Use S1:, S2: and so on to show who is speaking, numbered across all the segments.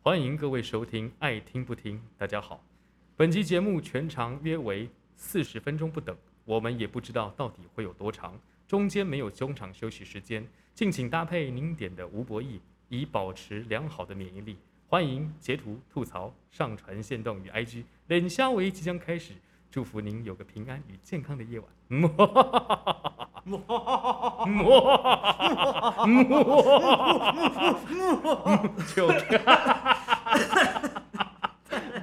S1: 欢迎各位收听《爱听不听》，大家好。本期节目全长约为四十分钟不等，我们也不知道到底会有多长，中间没有中场休息时间，敬请搭配您点的吴博弈，以保持良好的免疫力。欢迎截图吐槽、上传线动与 IG。冷虾为即将开始，祝福您有个平安与健康的夜晚。嗯哈哈哈哈哈哈嗯哈哈哈哈哈哈嗯哈哈哈哈哈哈就这样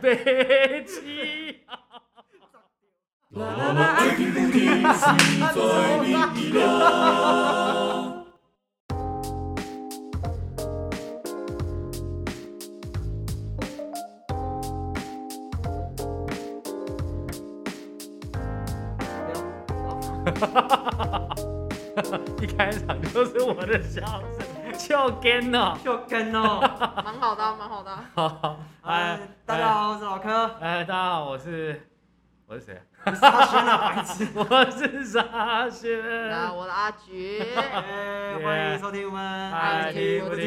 S1: 北极。
S2: 啦啦啦，爱听不听，是最你的歌。
S1: 一开场就是我的笑声，笑干了。
S3: 就跟 哦，
S4: 蛮好的啊，蛮好的啊。
S1: 好，哎
S3: 哎，，大家好，我是老柯，
S1: 哎，哎，大家好，我是我是谁啊？
S3: 我是阿轩啊，白痴。
S1: 我是沙宣。
S4: 那我的阿菊，
S3: 哎，欢迎收听我们爱
S4: 听不
S3: 听，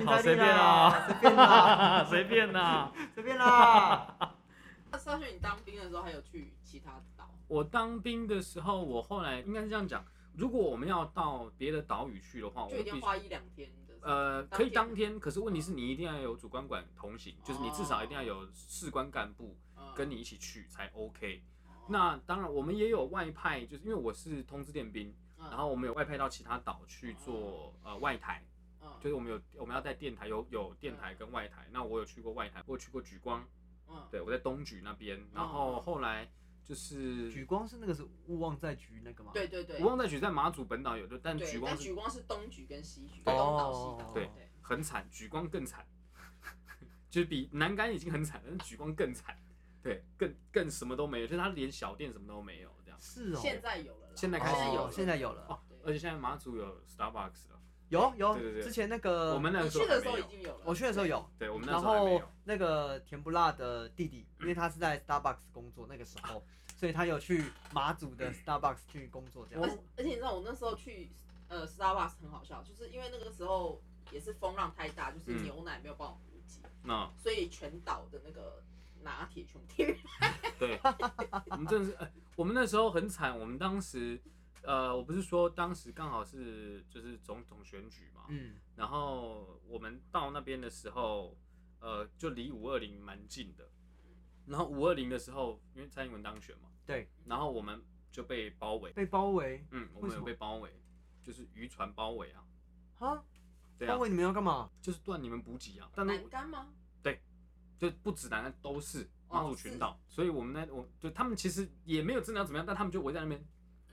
S4: 听
S1: 好随便
S5: 哦
S3: 啊，
S1: 啊，
S3: 随便啦，
S1: 随便啦。
S3: 随便啦。
S4: 那上去你当兵的时候还有去其他岛？
S5: 我当兵的时候，我后来应该是这样讲：如果我们要到别的岛屿去的话，我
S4: 就
S5: 们
S4: 一
S5: 必
S4: 定
S5: 须
S4: 要花一两天的时间。
S5: 呃可以
S4: 当
S5: 当天，可是问题是你一定要有主管管同行，就是你至少一定要
S4: 哦
S5: 有士官干部
S4: 呃
S5: 跟你一起去才 OK。那
S4: 嗯
S5: 当然，我们也有外派，就是因为我是通知电兵，
S4: 嗯
S5: 然后我们有外派到其他岛去做呃外台，
S4: 嗯
S5: 就是我们有我们要在电台有有电台跟外台，那我有去过外台，我有去过莒光，
S4: 嗯
S5: 对我在东莒那边，然
S4: 哦
S5: 后后来就是
S3: 举光是那个是勿忘在举那个吗？，
S4: 对对对
S5: 我，忘在举在马祖本岛有的，但举
S4: 对，
S5: 光
S4: 但
S5: 是
S4: 举光是东举跟西举，
S3: 对
S4: 东岛西
S3: 哦
S4: 岛。
S5: 对很惨，举光更惨， 就是比南竿已经很惨了，但是举光更惨，对，更更什么都没有，就是它连小店什么都没有这样。
S3: 是哦。
S4: 现在有了啦，
S5: 现在
S3: 哦
S5: 开始
S4: 有了，
S3: 现在有了，
S5: 哦，而且现在马祖有 Starbucks 了，
S3: 有有
S5: 对对，对
S3: 之前那个
S5: 我们那
S4: 你
S5: 个时候
S4: 呃
S5: 还没
S4: 去的时候已
S5: 有，
S4: 经有了。
S3: 我去的时候有。
S5: 对我们那
S3: 然
S5: 时候还没
S3: 后
S5: 有。嗯
S3: 那个甜不辣的弟弟，因为他是在 Starbucks 工作，那个时 候，所以他有去马祖
S5: 嗯
S3: 的 Starbucks 去工作，这
S4: 而
S3: 样
S4: 且而且你知道我那时候去呃 Starbucks 很好笑，就是因为那个时候也是风浪太大，就是
S5: 嗯
S4: 牛奶没有办法补给，
S5: 那
S4: 所以全岛的那个拿铁全部停
S5: 对， 我们真的是，呃我们那时候很惨，我们当时。呃，我不是说当时刚好是就是总统选举嘛，
S3: 嗯，
S5: 然后我们到那边的时候，呃，就离五二零蛮近的。然后五二零的时候，因为蔡英文当选嘛，
S3: 对，
S5: 然后我们就被包围，
S3: 被包围
S5: 嗯，我
S3: 为
S5: 们
S3: 什
S5: 有
S3: 么
S5: 被包围，就是渔船包围啊，
S3: 啊，
S5: 对
S3: 包
S5: 啊，
S3: 围你们要干嘛？
S5: 就是断你们补给啊，但是
S4: 栏杆吗？
S5: 就不止南岸都是马
S4: 哦
S5: 祖群岛，所以我们那我就他们其实也没有真的要怎么样，但他们就围在那边，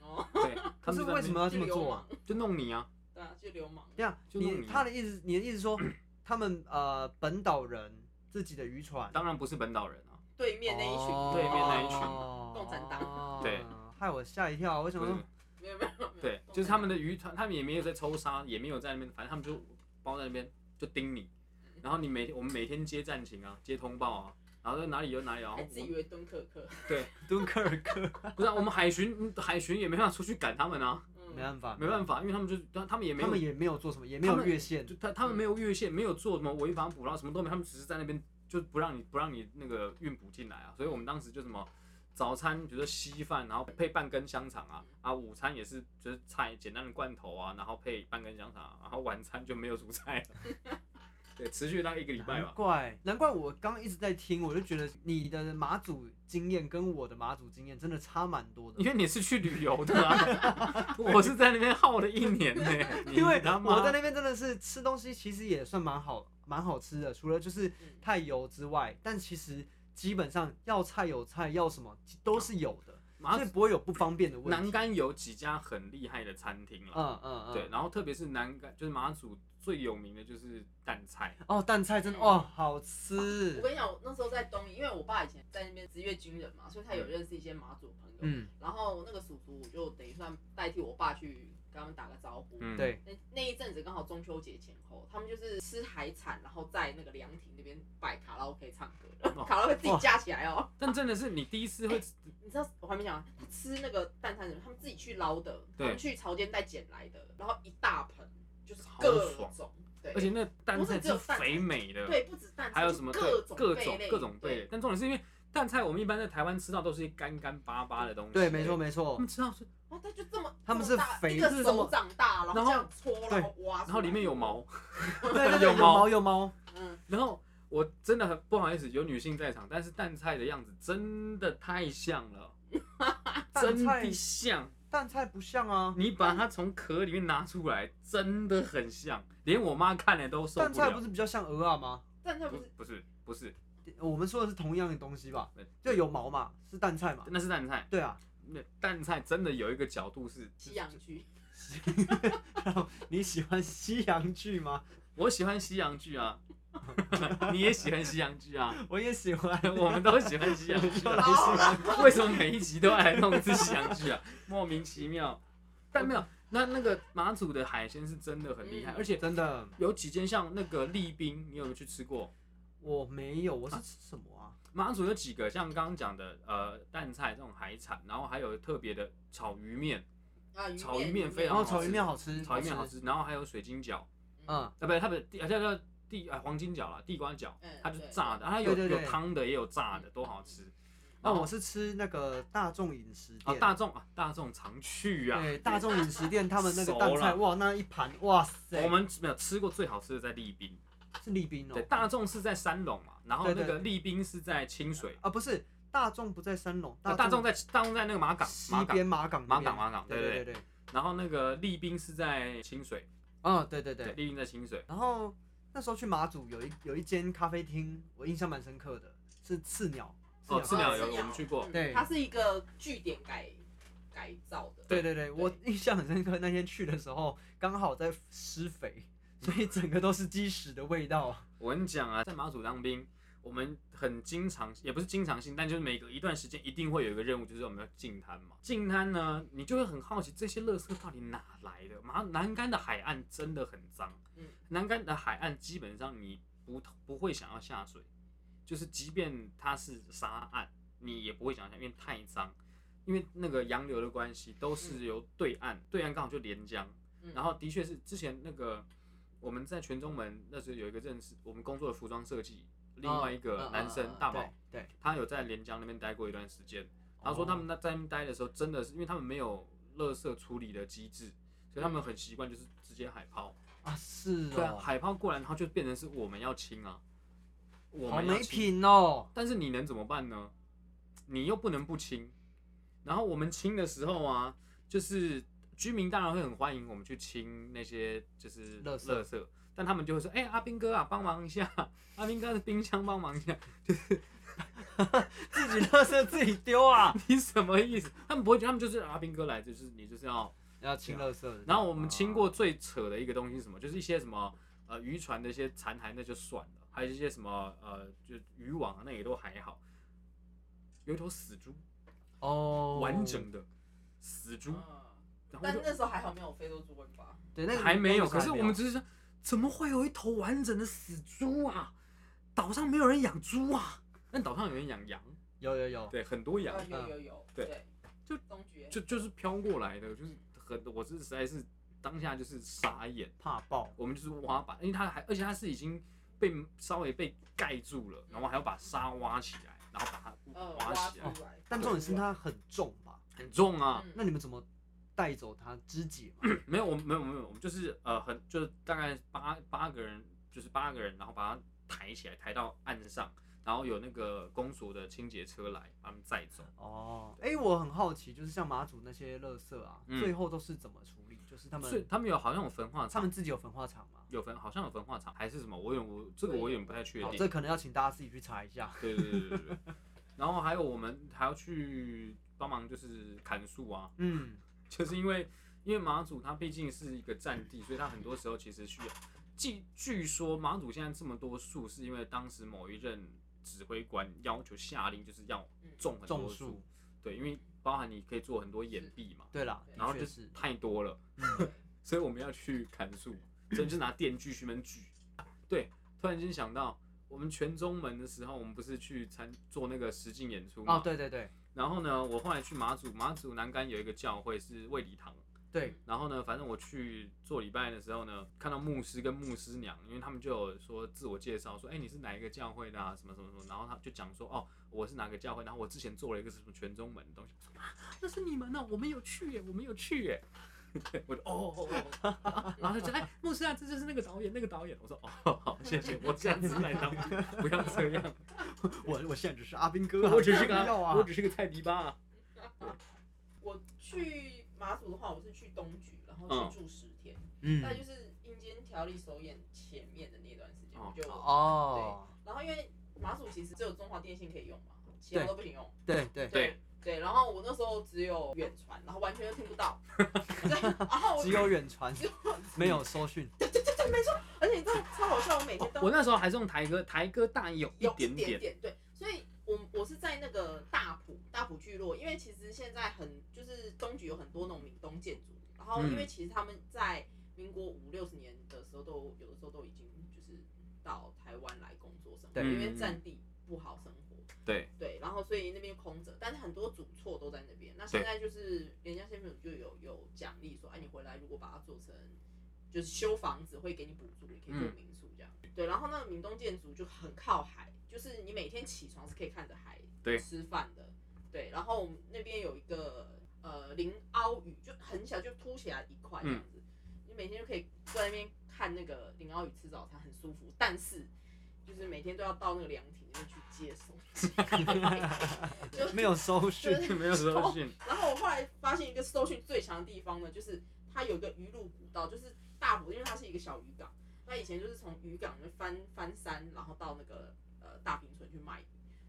S4: 哦，
S5: 对，他
S3: 可
S5: 们
S3: 是
S5: 就在那边
S3: 为什么要这么
S4: 就流
S3: 做
S4: 氓？，
S5: 就弄你啊？
S4: 对啊，就流氓。
S3: 这样，
S5: 就弄
S3: 你
S5: 你
S3: 他的意思，你的意思说 他们呃本岛人自己的渔船，
S5: 当然不是本岛人啊，
S4: 对面那一群，
S3: 哦
S5: 对面那一群
S4: 共产
S3: 哦
S5: 对，
S3: 害我吓一跳，我想
S5: 不是
S3: 说，
S4: 没有没有没有，
S5: 对，就是他们的渔船，他们也没有在抽沙，也没有在那边，反正他们就包在那边就盯你，
S4: 嗯
S5: 然后你每我们每天接战情啊，接通报啊，然后在哪里有哪里啊，然后
S4: 还自以
S5: 我
S4: 为敦刻克，
S3: 敦刻尔克
S5: 不是、啊、我们海巡嗯海巡也没办法出去赶他们啊，
S3: 没
S4: 嗯，
S3: 办法，
S5: 没办法，因为他们就是他他们也没
S3: 他
S5: 有
S3: 们也没有做什么，也没
S5: 他
S3: 有
S5: 们
S3: 越线
S5: 就，他他们没有越线，没有做什么违法捕捞什么都没有，他们只是在那边就不让你不让你那个运补进来啊，所以我们当时就什么。早餐比如说稀饭，然后配半根香肠啊啊，午餐也是就是菜简单的罐头啊，然后配半根香肠啊、然后晚餐就没有主菜了。 对，持续大概一个礼拜
S3: 难
S5: 吧。
S3: 怪难怪我刚刚一直在听，我就觉得你的马祖经验跟我的马祖经验真的差蛮多的
S5: 因。为你是去旅游的、啊， 我是在那边耗了一年 呢、你
S3: 因为
S5: 他妈
S3: 我在那边真的是吃东西，其实也算蛮好，蛮好吃的。除了就是
S5: 嗯
S3: 太油之外，但其实基本上要菜有菜，要什么都是有的，
S5: 马
S3: 所以不会有不方便的问题。
S5: 南竿有几家很厉害的餐厅了。
S3: 嗯嗯嗯，
S5: 对，。然后特别是南竿，就是马祖最有名的就是蛋菜，
S3: 哦，蛋菜
S5: 嗯
S3: 真的哦，好吃
S4: 我。跟你讲，我那时候在东营，因为我爸以前在那边职业军人嘛，所以他有认识一些马祖的朋友，
S3: 嗯，
S4: 然后那个叔叔我就等于算代替我爸去跟他们打个招呼。
S5: 嗯，
S3: 对，
S4: 那那一阵子刚好中秋节前后，他们就是吃海产，然后在那个凉亭那边摆卡拉 OK 唱歌，然
S5: 哦
S4: 后 卡拉 OK 自己架起来哦。
S5: 但真的是你第一次会，
S4: 你知道我还没讲完，他吃那个蛋餐什么，他们自己去捞的，他
S5: 对
S4: 们去潮间带捡来的，然后一大盆就是
S5: 好
S4: 各
S5: 爽
S4: 种，对，
S5: 而且那蛋
S4: 不是
S5: 菜是
S4: 只有蛋
S5: 肥
S4: 菜
S5: 美的，
S4: 对不止蛋，
S5: 还有
S4: 就
S5: 什么
S4: 各
S5: 对各种
S4: 种贝类
S5: 各种贝类，，但重点是因为蛋菜我们一般在台湾吃到都是一干干巴巴的东西，
S3: 对，没错
S5: 错，
S3: 没
S5: 他
S3: 错，
S5: 们吃到是，
S4: 哇，它就这么，
S3: 他们
S4: 这么
S3: 是
S4: 大
S3: 肥是
S4: 一个
S3: 这
S4: 手
S3: 么
S4: 掌大，然
S5: 然
S4: 这
S5: 后
S4: 样搓，
S3: 对
S4: 然后挖，
S5: 然后里面有，毛，
S3: 对对对，
S5: 有
S3: 有
S5: 猫
S3: 猫有猫，
S4: 嗯，
S5: 然后我真的很不好意思，有女性在场，但是蛋菜的样子真的太像了，
S3: 蛋
S5: 真
S3: 菜
S5: 的像。
S3: 蛋菜不像啊，
S5: 你把它从壳里面拿出来，真的很像，连我妈看了都受
S3: 蛋
S5: 不
S3: 菜不
S5: 了。
S3: 是比较像鹅啊吗？
S4: 但它
S5: 不
S4: 不是
S5: 不是不是，
S3: 我们说的是同样的东西吧
S5: 对，
S3: 就有毛嘛，是蛋菜嘛，
S5: 那是蛋菜，
S3: 对啊，
S5: 那蛋菜真的有一个角度是，
S4: 西洋剧，
S3: 然后你喜欢西洋剧吗？
S5: 我喜欢西洋剧啊， 你也喜欢西洋剧啊，
S3: 我也喜欢，
S5: 我们都喜欢西洋剧
S3: 又
S5: 啊、
S3: 来西洋剧，
S5: 为什么每一集都要来弄一次西洋剧啊？莫名其妙。但没有，那那个马祖的海鲜是真的很厉害，
S4: 嗯
S5: 而且
S3: 真的
S5: 有几间像那个利宾，你有没有去吃过？
S3: 我没有，我是吃什么啊？
S5: 马祖有几个像刚刚讲的，呃，淡菜这种海产，然后还有特别的炒鱼面，
S4: 啊，鱼
S5: 炒鱼面
S4: 面
S5: 非
S3: 然
S5: 常
S3: 后
S5: 好
S3: 炒鱼
S5: 吃
S3: 面好吃，
S5: 炒鱼面好，吃，然后还有水晶饺，
S3: 嗯，
S5: 啊，不是，它不是地，啊叫叫地啊黄金饺啦，地瓜饺
S4: 嗯，
S5: 它就是
S4: 对嗯
S5: 炸的，它
S3: 对
S5: 有
S3: 对
S5: 有
S3: 对
S5: 汤的，也有炸的，都好吃。
S3: 那
S5: 然后
S3: 我是吃那个大众饮食
S5: 啊
S3: 店，
S5: 哦大众啊大众常去啊，
S3: 对大众饮食店他们那个蛋
S5: 熟
S3: 菜，
S5: 了
S3: 哇，那一盘，哇塞，
S5: 我们没有吃过最好吃的在利宾，
S3: 是利宾哦
S5: 对，，大众是在三龙嘛，然后
S3: 对对
S5: 那个利宾是在清水，
S3: 啊不是，大众不在三龙，
S5: 啊大众
S3: 在
S5: 在大众在那个马港
S3: 西
S5: 马港
S3: 边马港那
S5: 马
S3: 边
S5: 港马港，
S3: 对
S5: 对对
S3: 对对，
S5: 然后那个利宾是在清水，
S3: 嗯对对
S5: 对，
S3: 对，
S5: 利宾在清水，
S3: 然后那时候去马祖有一有一间咖啡厅，我印象蛮深刻的，是刺鸟，
S5: 哦
S3: 刺
S5: 赤鸟
S3: 鸟
S5: 有
S4: 赤鸟
S5: 我们去过
S4: 嗯，
S3: 对
S4: 它是一个据点改改造的，
S3: 对对对，我印象很深刻。那天去的时候，刚好在施肥，所
S5: 嗯
S3: 以整个都是鸡屎的味道。
S5: 我跟你讲啊，在马祖当兵，我们很经常，也不是经常性，但就是每隔一段时间一定会有一个任务，就是我们要净滩嘛。净滩呢，你就会很好奇这些垃圾到底哪来的。马南竿的海岸真的很脏，
S4: 嗯
S5: 南竿的海岸基本上你不不会想要下水，就是即便它是沙岸，你也不会想下，因为太脏。因为那个洋流的关系，都是由对岸，对岸刚好就连江，
S4: 嗯
S5: 然后的确是之前那个我们在泉州门那时候有一个认识我们工作的服装设计，另外一
S4: 嗯
S5: 个
S4: 嗯
S5: 男
S4: 嗯
S5: 生
S4: 嗯
S5: 大
S3: 对
S5: 宝，
S3: 对，
S5: 他有在连江那边待过一段时间。他说他们那在那边待的时候，真的是因为他们没有垃圾处理的机制，所以他们很习惯就是直接海抛。
S3: 啊，是
S5: 对啊，
S3: 哦，
S5: 海抛过来，然后就变成是我们要清啊，我
S3: 好
S5: 们要
S3: 没
S5: 清
S3: 品哦。
S5: 但是你能怎么办呢？你又不能不清。然后我们清的时候啊，就是居民当然会很欢迎我们去清那些就是
S3: 垃圾
S5: 垃圾，但他们就会说：“哎、阿兵哥啊，帮忙一下， 阿兵哥的冰箱帮忙一下。
S3: 自己垃圾自己 丢啊，”
S5: 你什么意思？他们不会觉得他们就是阿兵哥来，就是你就是要。
S3: 要清垃圾的。
S5: 啊然后我们清过最扯的一个东西是
S3: 啊
S5: 什么？就是一些什么呃渔船的一些残骸，那就算了，还有一些什么呃就渔网啊，那也都还好。有一头死猪，
S3: 哦，
S5: 完整的死猪，
S4: 嗯
S5: 然
S4: 但
S5: 后
S4: 那时候还好没有非洲猪瘟吧？
S3: 对那
S5: 就
S3: 个
S5: 还没有，
S3: 那个
S5: 可是
S3: 还
S5: 我们只是说，怎么会有一头完整的死猪啊？岛上没有人养猪啊，呃但岛上有人养羊，
S3: 有有有，
S5: 对，很多羊
S3: 嗯
S4: 啊，，有有有，
S5: 对
S4: 对，
S5: 就
S4: 东爵，
S5: 就就是飘过来的，就是很，我是实在是当下就是傻眼，
S3: 怕爆，
S5: 我们就是挖把，因为它还，而且它是已经被稍微被盖住了，然后还要把沙挖起来，然后把它
S4: 呃，
S5: 挖
S4: 挖
S5: 起
S4: 出
S5: 来，
S4: 来，
S3: 但重点是它很重吧？
S5: 很重啊，
S4: 嗯
S3: 那你们怎么带走它肢解 嘛？
S5: 没有，我们没有，没有，我们就是呃，很就是大概八八个人，就是八个人，然后把它抬起来，抬到岸上，然后有那个公所的清洁车来把他们载走。
S3: 哦，哎，我很好奇，就是像马祖那些垃圾啊，
S5: 嗯
S3: 最后都是怎么处理？就是他
S5: 所以
S3: 们
S5: 他们有好像有焚化
S3: 他
S5: 厂，
S3: 们自己有焚化厂吗？
S5: 有焚好像有焚化厂还是什么，我有我这个我有点不太确
S3: 好，
S5: 定。
S3: 哦这可能要请大家自己去查一下。
S5: 对对对对对。然后还有我们还要去帮忙就是砍树啊，
S3: 嗯，
S5: 就是因为因为马祖它毕竟是一个战地，所以它很多时候其实需要。据据说马祖现在这么多树，是因为当时某一任指挥官要求下令，就是要种很
S3: 种
S5: 多树
S3: 树。。
S5: 对，因为包含你可以做很多掩蔽嘛，
S3: 对啦，
S5: 然后
S3: 的
S5: 就
S3: 确嗯
S5: 是
S3: 是。
S5: 太多了， 所以我们要去砍树，所以就拿电锯去那边锯。对，突然间想到，我们全中门的时候，我们不是去参做那个实境演出嘛？
S3: 哦哦，对对对，
S5: 然后呢，我后来去马祖，马祖南竿有一个教会是卫理堂，
S3: 对，
S5: 然后呢，反正我去做礼拜的时候呢，看到牧师跟牧师娘，因为他们就有说自我介绍，说哎、你是哪一个教会的啊，什么什么什么，然后他就讲说哦，我是哪个教会，然后我之前做了一个什么全中门的东西， 我说啊，那是你们呢、我们有去耶，我们有去耶。我就哦哦哦哦，然后就讲哎，牧师啊，这就是那个导演，那个导演。我说哦，好，谢谢，我下次来当，不要这样。
S3: 我我现在只是阿斌哥啊，
S5: 我只是个
S3: 不要啊
S5: 我，只是个菜逼吧、
S4: 我去马祖的话，我是去东莒，然后去住十天，
S3: 嗯
S4: 那、就是阴间条例首演前面的那段时间，
S5: 哦
S4: 我就，
S3: 哦，
S4: 然后因为马祖其实只有中华电信可以用嘛，其他
S3: 对
S4: 都不行用。
S3: 对对，
S5: 对
S4: 对，然后我那时候只有远传，然后完全都听不到。 对，然后我
S3: 只有远传
S4: 只有，
S3: 没有搜讯，
S4: 而且你知道超好笑，我每天都、
S5: 哦我那时候还是用台歌，台歌大一有一
S4: 有
S5: 点
S4: 点
S5: 点，
S4: 点对，所以我我是在那个大埔大埔聚落，因为其实现在很就是东莒有很多那种闽东建筑，然后因为其实他们在民国五六十年的时候都有的时候都已经就是到台湾来工作生活，
S3: 对
S4: 因为
S5: 嗯
S4: 占地不好生活，
S5: 对
S4: 对，然后所以那边空着，但是很多主错都在那边。那现在就是人家县政府就有有奖励说，哎，你回来如果把它做成就是修房子会给你补助，你可以做
S5: 嗯
S4: 民宿这样。对，然后那个闽东建筑就很靠海，就是你每天起床是可以看着海
S5: 对
S4: 吃饭的。对，然后我们那边有一个呃林凹屿，就很小就凸起来一块
S5: 嗯
S4: 这样子，你每天就可以坐在那边看那个林凹屿吃早餐，很舒服。但是就是每天都要到那个凉亭那边去接送。
S3: 没有搜讯，
S4: 就 是
S5: 没有收讯，
S4: 然后我后来发现一个搜寻最强的地方呢，就是它有一个鱼路古道，就是大埔，因为它是一个小渔港，那以前就是从渔港那边翻翻山，然后到那个呃大平村去卖鱼。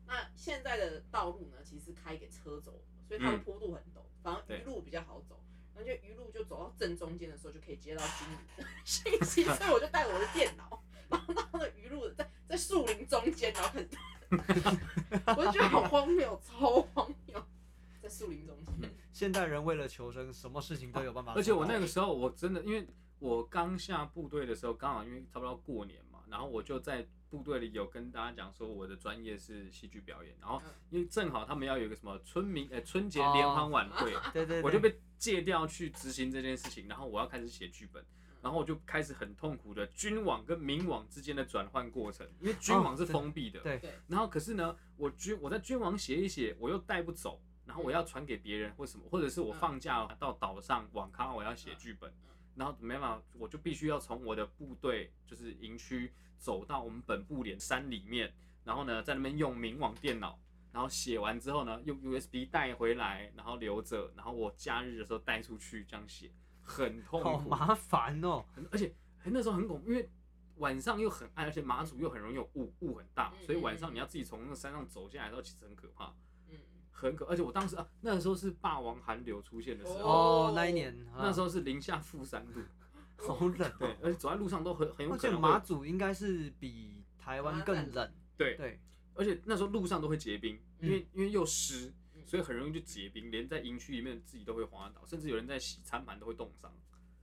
S4: 那现在的道路呢，其实开给车走，所以它的坡度很陡，反而
S5: 对
S4: 鱼路比较好走。然后就鱼路就走到正中间的时候，就可以接到金鱼的信息，所以我就带我的电脑，然后到那个鱼路在在树林中间，然后很， 我就觉得好荒谬，超荒谬，在树林中间。
S3: 现代人为了求生，什么事情都有办法做
S5: 啊而
S3: 到。
S5: 且我那个时候我真的，因为我刚下部队的时候，刚好因为差不多过年嘛，然后我就在部队里有跟大家讲说我的专业是戏剧表演，然后
S4: 嗯
S5: 因为正好他们要有一个什么村民呃春节联欢晚会，
S3: 哦对对，对
S5: 我就被借调去执行这件事情，然后我要开始写剧本。
S3: 嗯
S5: 然后我就开始很痛苦的军网跟民网之间的转换过程，因为军网是
S3: 哦对
S5: 封闭的，
S3: 对
S4: 对
S5: 然后可是呢，我军我在军网写一写，我又带不走，然后我要传给别人或什么，或者是我放假到岛上网咖，我要写剧本，然后没办法，我就必须要从我的部队就是营区走到我们本部连山里面，然后呢在那边用明网电脑。然后写完之后呢，用 USB 带回来，然后留着，然后我假日的时候带出去这样写，很痛
S3: 好
S5: 苦。
S3: 麻烦哦，
S5: 很而且哎那时候很恐怖，因为晚上又很暗，而且马祖又很容易有雾，雾很大，
S4: 嗯
S5: 所以晚上你要自己从那个山上走下来的时候，其实很可怕，
S4: 嗯，
S5: 很可。而且我当时啊，那时候是霸王寒流出现的时候，
S3: 哦，那一年
S5: 那时
S3: 候
S5: 候是零下负三度，
S3: 好冷
S5: 对
S3: 哦，，
S5: 而且走在路上都很很有
S3: 我
S5: 可
S3: 觉得
S5: 能会
S3: 哦马祖应该是比台湾更冷，
S5: 对，
S3: 对，
S5: 而且那时候路上都会结冰，因为、因为又湿，
S4: 嗯
S5: 所以很容易就结冰，连在营区里面自己都会滑倒，甚至有人在洗餐盘都会冻伤。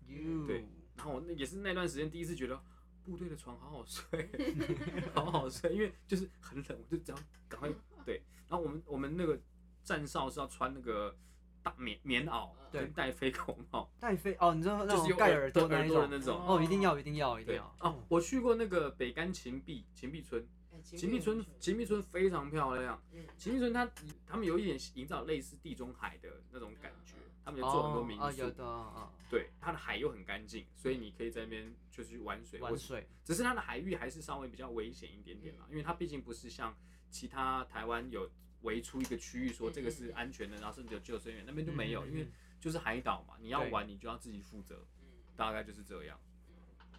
S3: 哟
S5: 对然后我那也是那段时间第一次觉得部队的床好好睡， 好好睡，因为就是很冷，我就只要赶快对。然后我们我们那个站哨是要穿那个大棉棉袄，
S3: 对
S5: 跟戴飞狗帽，
S3: 戴飞哦，你知道那
S5: 就是
S3: 种
S5: 有
S3: 盖朵
S5: 耳
S3: 那一
S5: 朵的那
S3: 种，
S5: 种。
S3: 哦，一定要一定要一定
S5: 对
S3: 要
S5: 哦，我去过那个北干芹壁芹壁村，
S4: 哎
S5: 芹壁村芹壁，村非常漂亮。
S4: 嗯
S5: 芹壁村它他们有一点营造类似地中海的那种感觉
S4: 嗯嗯，
S5: 他们有做很多
S3: 哦
S5: 民
S3: 啊，有
S5: 宿，
S3: 的啊，
S5: 对，它的海又很干净，所以你可以在那边就是去玩水
S3: 啊
S5: 或
S3: 玩
S5: 是
S3: 水
S5: 只是它的海域还是稍微比较危险一点点
S3: 嗯
S5: 啦，因为它毕竟不是像其他台湾有围出一个区域说这个是安全的，然后甚至有救生员，那边就没有，
S3: 嗯
S5: 因为就是海岛嘛，你要
S3: 对
S5: 玩你就要自己负责，
S4: 嗯
S5: 大概就是这样。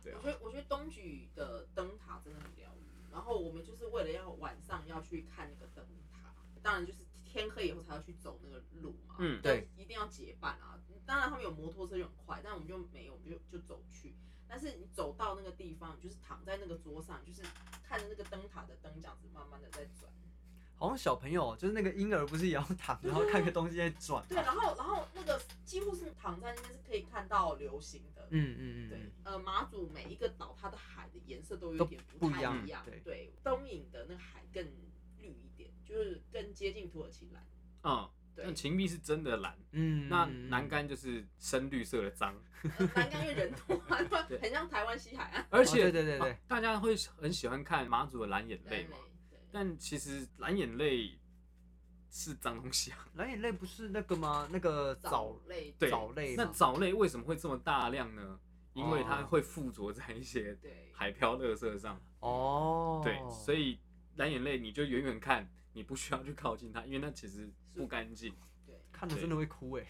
S5: 对啊
S4: 我觉得我觉得东莒的灯塔真的很疗愈。然后我们就是为了要晚上要去看那个灯塔，当然就是天黑以后才要去走那个路嘛。
S5: 嗯
S3: 对，
S4: 一定要结伴啊。当然他们有摩托车就很快，但我们就没有，我们就就走去。但是你走到那个地方，你就是躺在那个桌上，就是看着那个灯塔的灯这样子慢慢的在转。
S3: 好像小朋友就是那个婴儿不是也要躺，然后看个东西在转，啊
S4: 对，啊然后然后那个几乎是躺在那边是可以看到流星的。
S3: 嗯嗯嗯
S4: 对
S3: 嗯，，
S4: 呃，马祖每一个岛它的海的颜色都有
S3: 都
S4: 点
S3: 不
S4: 太
S3: 一
S5: 样
S4: 一样。
S3: 对
S4: 对，东引的那个海更绿一点，就是更接近土耳其蓝。
S5: 嗯，
S4: 对
S5: 但芹壁是真的蓝，
S3: 嗯哦
S5: 那南干就是深绿色的脏，
S4: 呃南干因为人多啊，
S5: 对
S4: 很像台湾西海岸。
S5: 而
S3: 哦对
S5: 且
S3: 对对对
S5: 啊大家会很喜欢看马祖的蓝眼泪嘛，
S4: 对
S5: 但其实蓝眼泪是脏东西啊。
S3: 蓝眼泪不是那个吗？那个
S4: 藻
S3: 藻
S4: 类，
S5: 对
S3: 藻类
S5: 那
S3: 吗？
S5: 藻类为什么会这么大量呢？因为它
S3: 哦
S5: 会附着在一些
S4: 对，
S5: 海漂垃圾上，
S3: 哦，
S5: 对，所
S3: 以
S5: 以蓝眼泪你就远远看，你不需要去靠近它，因为那其实不干净，
S3: 看了真的会哭哎。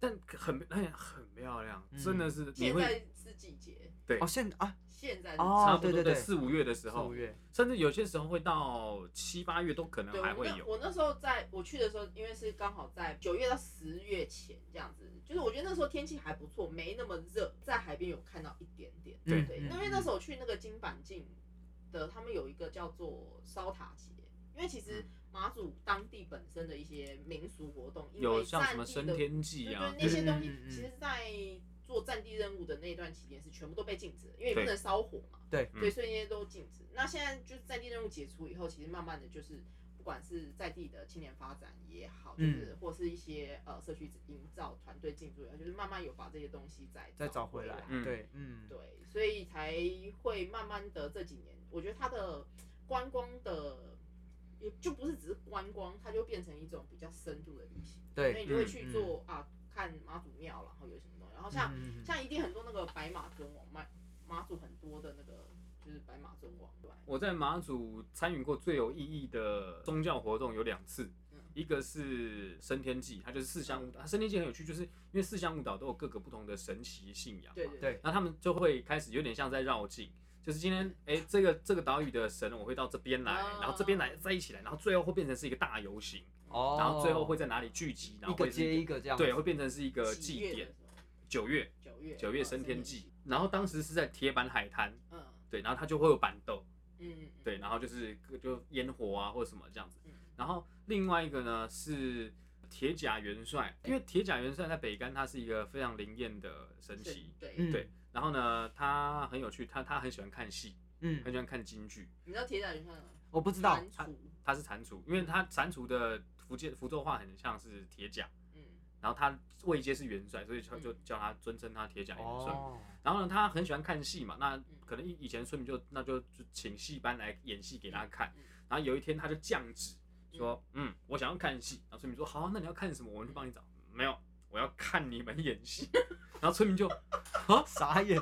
S5: 但很那也很漂亮，
S3: 嗯
S5: 真的是你
S4: 现
S5: 会
S4: 在是季节，
S5: 对
S3: 哦，现啊，
S4: 现在是
S3: 哦
S5: 差不
S3: 对
S5: 多
S3: 对
S5: 在
S3: 对
S5: 四五月的时
S3: 四
S5: 候
S3: 五，月，
S5: 甚至有些时候会到七八月都可能
S4: 对，
S5: 还
S4: 我
S5: 会
S4: 那
S5: 有。
S4: 我那时候在我去的时候，因为是刚好在九月到十月前这样子，就是我觉得那时候天气还不错，没那么热，在海边有看到一点点。
S5: 对
S4: 对，
S3: 嗯
S4: 因为那时候我去那个金板镜的，他们有一个叫做烧塔节，因为其实
S5: 嗯
S4: 马祖当地本身的一些民俗活动，因
S5: 有
S4: 为
S5: 像什么
S4: 战
S5: 升
S4: 地的
S5: 天记啊，
S4: 对对，那些东
S3: 嗯
S4: 西
S3: 嗯嗯嗯
S4: 其实，在做战地任务的那一段期间是全部都被禁止的，因为你不
S5: 对
S4: 能烧火嘛。
S3: 对
S5: 嗯
S4: 对，所以那些都禁止。那现在就是战地任务解除以后，其实慢慢的就是。不管是在地的青年发展也好，就
S3: 嗯
S4: 是或是一些呃社区营造团队进驻也好，就是慢慢有把这些东西再
S3: 再找
S4: 回
S3: 回来。
S5: 嗯
S3: 对，嗯，
S4: 对，所以才会慢慢的这几年，我觉得它的观光的也就不是只是观光，它就变成一种比较深度的旅行。
S3: 对
S4: 所以你就会
S5: 嗯
S4: 去
S3: 嗯
S4: 做、啊，看妈祖庙，然后有什么东西，然后像、
S3: 嗯嗯嗯
S4: 像一定很多那个白马尊王，妈妈祖很多的那个就是白马尊王，对吧，
S5: 我在马祖参与过最有意义的宗教活动有两次
S4: 嗯，
S5: 一个是升天祭，它就是四香舞蹈。它啊升天祭很有趣，就是因为四香舞蹈都有各个不同的神奇信仰嘛，
S4: 对对
S3: 对
S5: 那他们就会开始有点像在绕境，就是今天哎、这个这个岛屿的神我会到这边来，
S4: 哦
S5: 然后这边来在一起来，然后最后会变成是一个大游行，
S3: 哦，
S5: 然后最后会在哪里聚集，然
S3: 一
S5: 后
S3: 个
S5: 会是
S3: 接一个这样子，
S5: 对，会变成是一个
S4: 几
S5: 祭
S4: 月的哦
S5: 典。
S4: 时候
S5: 九月
S4: 九月啊
S5: 九月升天祭，，然后当时是在铁板海滩，
S4: 嗯
S5: 对，然后它就会有板豆，
S4: 嗯嗯，
S5: 对，然后就是就烟火啊或者什么这样子
S4: 嗯。
S5: 然后另外一个呢是铁甲元帅，因为铁甲元帅在北干他是一个非常灵验的神
S4: 是
S5: 奇，
S4: 对，
S3: 嗯
S5: 对。然后呢，他很有趣，他他很喜欢看戏，
S3: 嗯
S5: 很，喜欢看京剧。
S4: 你知道铁甲云上吗
S3: 我不知道，
S4: 蟾蜍
S5: 他是蟾蜍，因为他蟾蜍的福建福州话很像是铁甲，
S4: 嗯
S5: 然后他位阶是元帅，所以他
S4: 嗯
S5: 就叫他尊称他铁甲元帅。
S3: 哦，
S5: 然后呢，他很喜欢看戏嘛，
S4: 嗯
S5: 那可能以以前村民就那就就请戏班来演戏给他看
S4: 嗯。
S5: 然后有一天他就降旨
S4: 哦
S5: 说，嗯，我想要看戏。然后村民说，好啊，那你要看什么？我们去帮你找。嗯没有，我要看你们演戏。 然后村民就，啊
S3: 傻眼，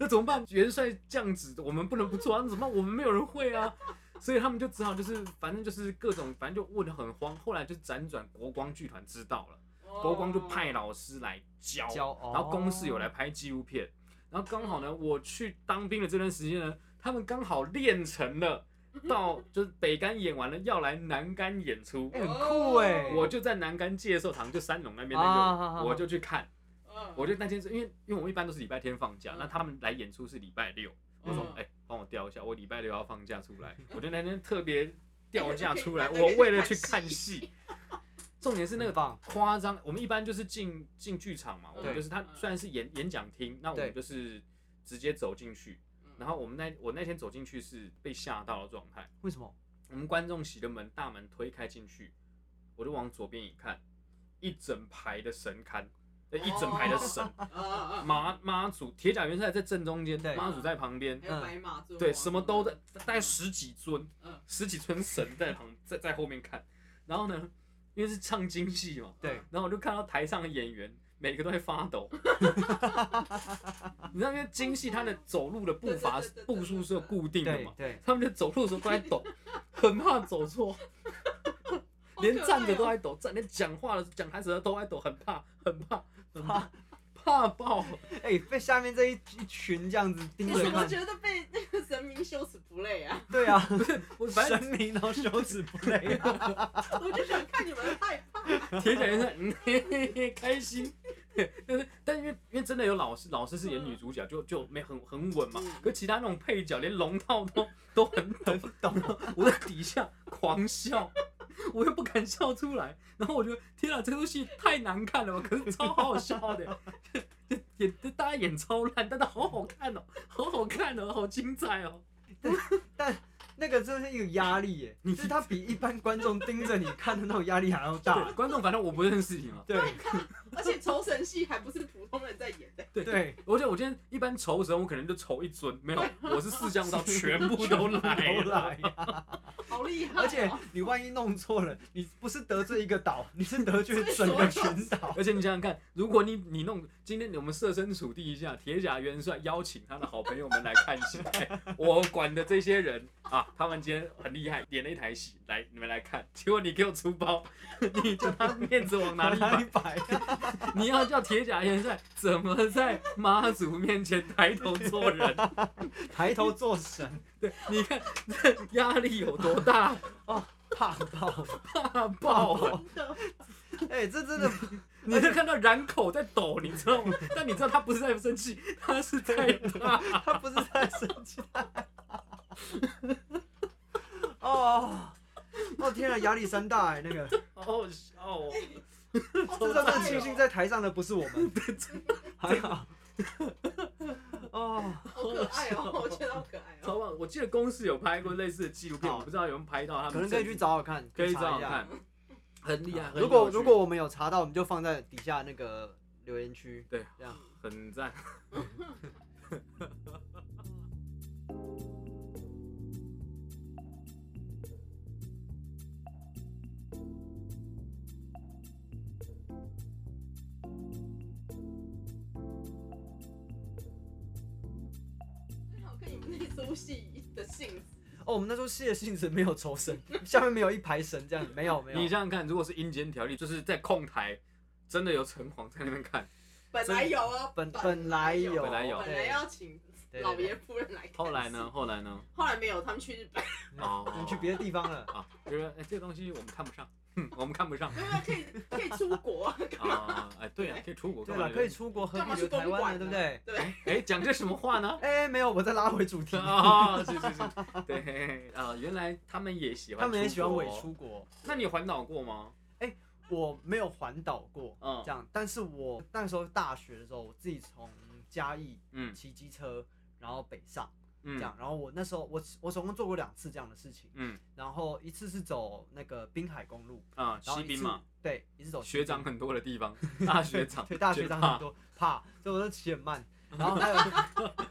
S5: 那怎么办？元帅降旨，我们不能不做啊，那怎么办？我们没有人会啊。所以他们就只好就是，反正就是各种，反正就问得很慌。后来就辗转国光剧团知道了，国光就派老师来哦教，
S3: 骄傲，
S5: 然后公司有来拍纪录片，然后刚好呢，我去当兵的这段时间呢，他们刚好练成了，到就是北干演完了要来南干演
S4: 哦
S5: 出，
S3: 哎，很酷哎，
S5: 我就在南干介寿堂，就三龙那边
S3: 啊好
S5: 那
S3: 好
S5: 个，
S3: 好
S5: 我就去看，
S4: 嗯，
S5: 我就那天是因为因为我们一般都是礼拜天放假
S4: 嗯，
S5: 那他们来演出是礼拜六，我说
S4: 嗯
S5: 哎帮我调一下，我礼拜六要放假出来，我就那天特别调假出 来，
S4: 可以可以
S5: 我为了去
S4: 看
S5: 看
S4: 戏
S5: 戏。重点是那个
S3: 很棒
S5: 夸张，我们一般就是进进剧场嘛，我们
S3: 对
S5: 就是他
S4: 嗯
S5: 虽然是演演讲厅，那我们
S3: 对
S5: 就是直接走进去，
S4: 嗯
S5: 然后我们那我那天走进去是被吓到的状态，
S3: 为什么？
S5: 我们观众席的门大门推开进去，我就往左边一看，一整排的神龛，呃一整排的神，
S4: 啊啊啊
S5: 妈妈祖铁甲元帅在正中间
S3: 对，
S5: 妈祖在旁边
S4: 还，有白马尊
S5: 嗯
S4: 王，
S5: 对，什么都在，大概十几尊
S4: 嗯，
S5: 十几尊神在旁在在后面看，然后呢，因为是唱京戏嘛，
S3: 对，
S5: 然后我就看到台上的演员每个都在发抖。你知道，因为京戏它的走路的步伐
S4: 对对对对对
S5: 步数是有固定的
S3: 对
S5: 嘛，
S3: 对，
S5: 他们就走路的时候都在抖，很怕走错，
S4: 好可爱哦，
S5: 连站着都在抖，站连讲话的讲台词的都在抖，很怕，很怕，很怕，怕 爆。
S3: 哎，被下面这一一群这样子盯
S4: 你
S3: 着
S4: 怎么
S3: 看，
S4: 觉得被那个神明羞耻不累啊？
S3: 对啊，
S5: 我 反正
S3: 神明都羞耻不累 啊，
S4: 我就想看你们害怕。
S5: 铁甲元帅，嗯嘿嘿嘿， 开心。但是，但因为因为真的有老师，老师是演女主角，就就没很很稳嘛
S4: 嗯。
S5: 可其他那种配角，连龙套都都很很懂。 我在底下狂笑，我又不敢笑出来。然后我觉得，天啊，这出戏太难看了吧？可是超好笑的， 就就演大家演超烂，但是好好看哦，好好看哦，好精彩哦。
S3: 那个真的是一个压力耶，就是他比一般观众盯着你看的那种压力还要大
S5: 对，。观众反正我不认识你嘛。
S3: 对
S4: 而且酬神戏还不是普通人在演的，
S5: 对，
S3: 对，
S5: 而且我今天一般仇神，我可能就仇一尊，没有，我是四将道全部都来啊
S3: 都
S5: 了。
S3: 来呀。
S4: 好厉害哦！
S3: 而且你万一弄错了，你不是得罪一 个岛，你是得罪整个群岛。
S5: 而且你想想看，如果你你弄今天我们设身处地一下，铁甲元帅邀请他的好朋友们来看戏，哎我管的这些人啊，他们今天很厉害，演了一台戏，来你们来看，结果你给我出包， 你叫他面子往哪里
S3: 哪
S5: 摆
S3: 里？摆？
S5: 你要叫铁甲元帅怎么在妈祖面前抬头做人？
S3: 抬头做神，
S5: 对，你看 这压力有多大，
S3: 怕到！
S5: 大 爆
S3: 哦
S5: 啊！
S4: 真的
S3: 哎、这真的
S5: 你是看到染口在抖，你知道吗？ 但你知道他不是在生气，他是在怕。
S3: 他不是在生气，他哦哦天啊，压力山大哎，那个
S5: 好好笑哦！
S3: 这真
S4: 哦
S3: 的庆幸在台上的不是我们， 还好。哦，
S4: 好可爱哦，我觉得好可爱哦。
S5: 超棒！我记得公司有拍过类似的纪录片，我不知道有没有拍到他们。
S3: 可能可以去，找找看，
S5: 可以
S3: 查
S5: 找
S3: 一下啊
S5: 看。，很厉害。很有趣
S3: 如果如果我们有查到，我们就放在底下那个留言区。
S5: 对，
S3: 这样
S5: 很赞。
S4: 哦我想跟你们那出戏的性子，
S3: 哦，我们那时候戏的性质没有抽绳， 下面没有一排绳，这样没有没有。
S5: 你想想看，如果是阴间条例，就是在控台，真的有城隍在那边看，
S4: 本来有哦，
S3: 本
S4: 本来
S3: 有，
S5: 本来有
S4: 本来要请
S3: 对
S4: 老爷夫人来看戏
S5: 后来呢？？后来 呢？
S4: 后来没有，他们去日本。
S5: 哦
S3: 你去别的地方了。
S5: 啊，就是哎，这个东西我们看不上， 哼，我们看不 上
S4: 没有，啊可以可以出国，
S5: 啊，哎，对呀，可以出国
S3: 对
S5: 干嘛
S3: 了，
S5: 呢？
S3: 可以出国，何
S4: 干
S3: 必
S4: 嘛去
S3: 留台
S4: 公
S3: 湾呢？
S4: 馆
S3: 对
S4: 呢？
S3: 不对？
S4: 对，
S5: 哎，讲些什么话呢？
S3: 哎，没有，我再拉回主 题。
S5: 啊，是是是，对啊，原来他们也喜欢，
S3: 他们也喜欢伪。出国，
S5: 那你环岛过吗？
S3: 我没有环岛过，
S5: 嗯
S3: 这样，但是我那时候大学的时候，我自己从嘉义
S5: 嗯
S3: 骑机车，然后北上，这
S5: 嗯
S3: 样，然后我那时候我我总共做过两次这样的事情，
S5: 嗯
S3: 然后一次是走那个滨海公路，
S5: 啊，
S3: 然后
S5: 西
S3: 一
S5: 滨
S3: 次
S5: 嘛，，
S3: 对，一次走西
S5: 学长
S3: 滨
S5: 很多的地方， 大学长，
S3: 对大学长很多怕，所以我都骑很慢。然后还有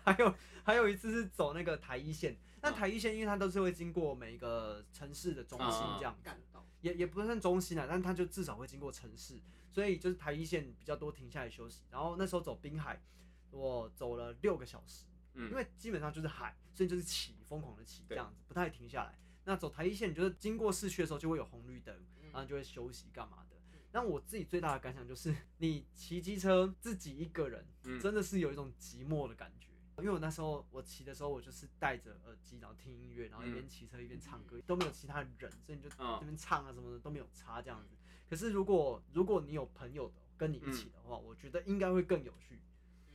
S3: 还有还有一次是走那个台一线，那
S5: 嗯
S3: 台一线因为它都是会经过每一个城市的中心
S5: 嗯嗯
S3: 这样子，
S4: 感动。
S3: 也也不算中心啊，但它就至少会经过城市，所以就是台一线比较多停下来休息。然后那时候走滨海，我走了六个小时，
S5: 嗯
S3: 因为基本上就是海，所以就是骑，疯狂的骑这
S5: 对
S3: 样子，不太停下来。那走台一线，你就是经过市区的时候就会有红绿灯，
S4: 嗯
S3: 然后就会休息干嘛的。
S5: 嗯
S3: 但我自己最大的感想就是， 你骑机车自己一个人，
S5: 嗯
S3: 真的是有一种寂寞的感觉。因为我那时候我骑的时候，我就是戴着耳机，然后听音乐，然后一边骑车一边唱歌，都没有其他人，所以你就
S5: 嗯
S3: 那边唱啊什么的都没有差这样子。可是如果如果你有朋友的跟你一起的话，我觉得应该会更有趣。
S4: 嗯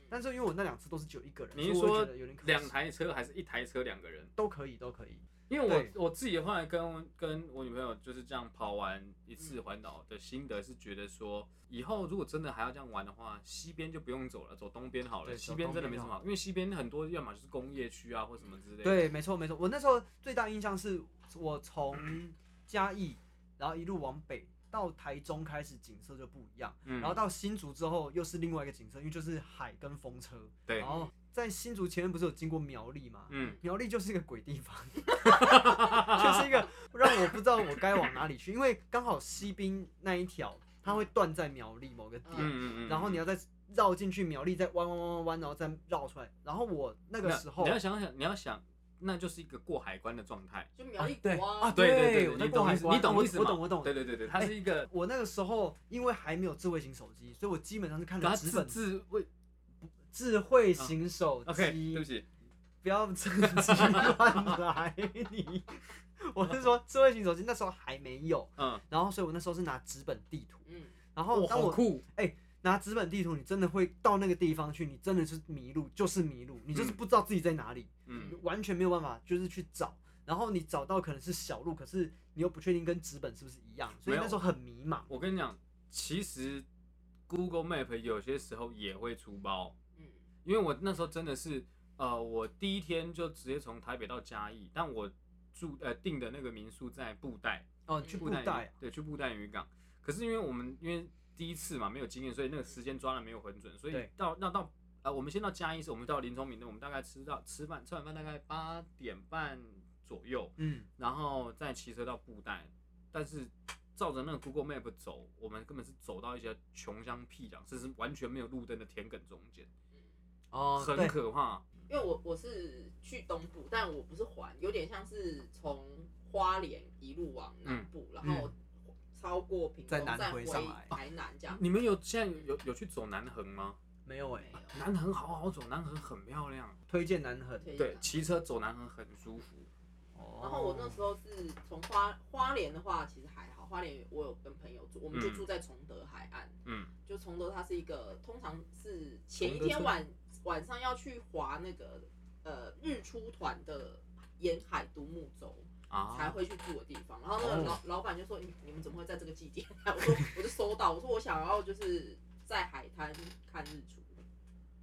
S3: 但是因为我那两次都是只有一个人，
S5: 你是
S3: 所以我
S5: 说
S3: 会觉得有点可惜
S5: 两台车还是一台车两个人？
S3: 都可以，都可以。
S5: 因为
S3: 对
S5: 我我自己后来跟跟我女朋友就是这样跑完一次
S3: 嗯
S5: 环岛的心得是觉得说，以后如果真的还要这样玩的话，西边就不用走了，走东边好了。
S3: 对
S5: 西边真的没什么
S3: 走东边就
S5: 好，因为西边很多要么就是工业区啊或什么之类的。
S3: 对，没错没错。我那时候最大印象是我从嘉义，然后一路往北到台中开始景色就不一样，
S5: 嗯，
S3: 然后到新竹之后又是另外一个景色，因为就是海跟风车。
S5: 对
S3: 然后在新竹前面不是有经过苗栗吗？
S5: 嗯
S3: 苗栗就是一个鬼 地方，就是一个让我不知道我该往哪里去，因为刚好西滨那一条它会断在苗栗某个点，
S5: 嗯嗯嗯，
S3: 然后你
S5: 要
S3: 要再绕进去苗栗，再弯弯弯弯弯，然后再绕出来。然后我那个时候
S5: 你要想想，你要想，那就是一个过海关的状态。
S4: 就苗栗
S3: 对
S4: 国
S3: 啊
S5: 对
S3: 对
S5: 对，
S3: 我
S5: 你
S3: 在过
S5: 懂
S3: 海
S5: 意思，
S3: 关
S5: 你懂
S3: 我
S5: 意思
S3: 我
S5: 嘛
S3: 懂我懂哎
S5: 对对对对，它是一 个，
S3: 我那个时候因为还没有智慧型手机，所以我基本上是看
S5: 它
S3: 了纸
S5: 自
S3: 本
S5: 自卫。
S3: 智慧型手
S5: OK，对 不
S3: 机，
S5: 起，
S3: 不要趁机乱来你。我是说智慧型手机那时候还没有，
S5: 嗯，
S3: 然后所以我那时候是拿纸本地图，
S4: 嗯，
S3: 然后
S5: 哇
S3: 当
S5: 好
S3: 我
S5: 酷，
S3: 拿纸本地图，你真的会到那个地方去，你真的是迷路，就是迷路，你就是
S5: 嗯
S3: 不知道自己在哪里。
S5: 嗯
S3: 完全没有办法，就是去找，然后你找到可能是小路，可是你又不确定跟纸本是不是一样，所以
S5: 没有
S3: 那时候很迷茫。
S5: 我跟你讲，其实 Google Map 有些时候也会出包，
S4: 嗯
S5: 因为我那时候真的是，呃，我第一天就直接从台北到嘉义，但我住呃订的那个民宿在布袋，
S3: 哦，你去布
S5: 袋
S3: 袋
S5: 渔，对，去布袋渔港。可是因为我们因为第一次嘛，没有经验，所以那个时间抓的没有很准，所以
S3: 对
S5: 到那到呃，我们先到嘉义市，我们到林聪明的，我们大概吃到吃饭吃完饭大概八点半左右，
S3: 嗯，
S5: 然后再骑车到布袋，但是照着那个 Google Map 走，我们根本是走到一些穷乡僻壤，甚至完全没有路灯的田埂中间，
S3: 哦，
S5: 很
S3: 对，
S5: 可怕。
S4: 因为我我是去东部，但我不是环，有点像是从花莲一路往南部，然后超过屏
S3: 再
S4: 东
S3: 嗯南
S4: 再
S3: 回
S4: 回
S3: 上来哦
S4: 台南这样。
S5: 你们有现在有有有去走南横吗？
S3: 没有哎，
S5: 南横好好走，南横很漂亮。
S3: 推荐南横，
S4: 对
S5: 对，骑车走南横很舒服。
S4: 然后我那时
S3: 候
S4: 候是从花花莲的话，其实还好，花莲我有跟朋友住，我们就
S5: 嗯
S4: 住在崇德海岸。
S5: 嗯，
S4: 就崇德它是一个通常是前一
S3: 崇德
S4: 天
S3: 村
S4: 晚晚上要去划那个呃日出团的沿海独木舟。才
S5: 啊，
S4: 会去住的地方。然后那个老、老板就说：“你你们怎么会在这个季节 来？”我说：“我就收到，我说我想要就是在海滩看日出，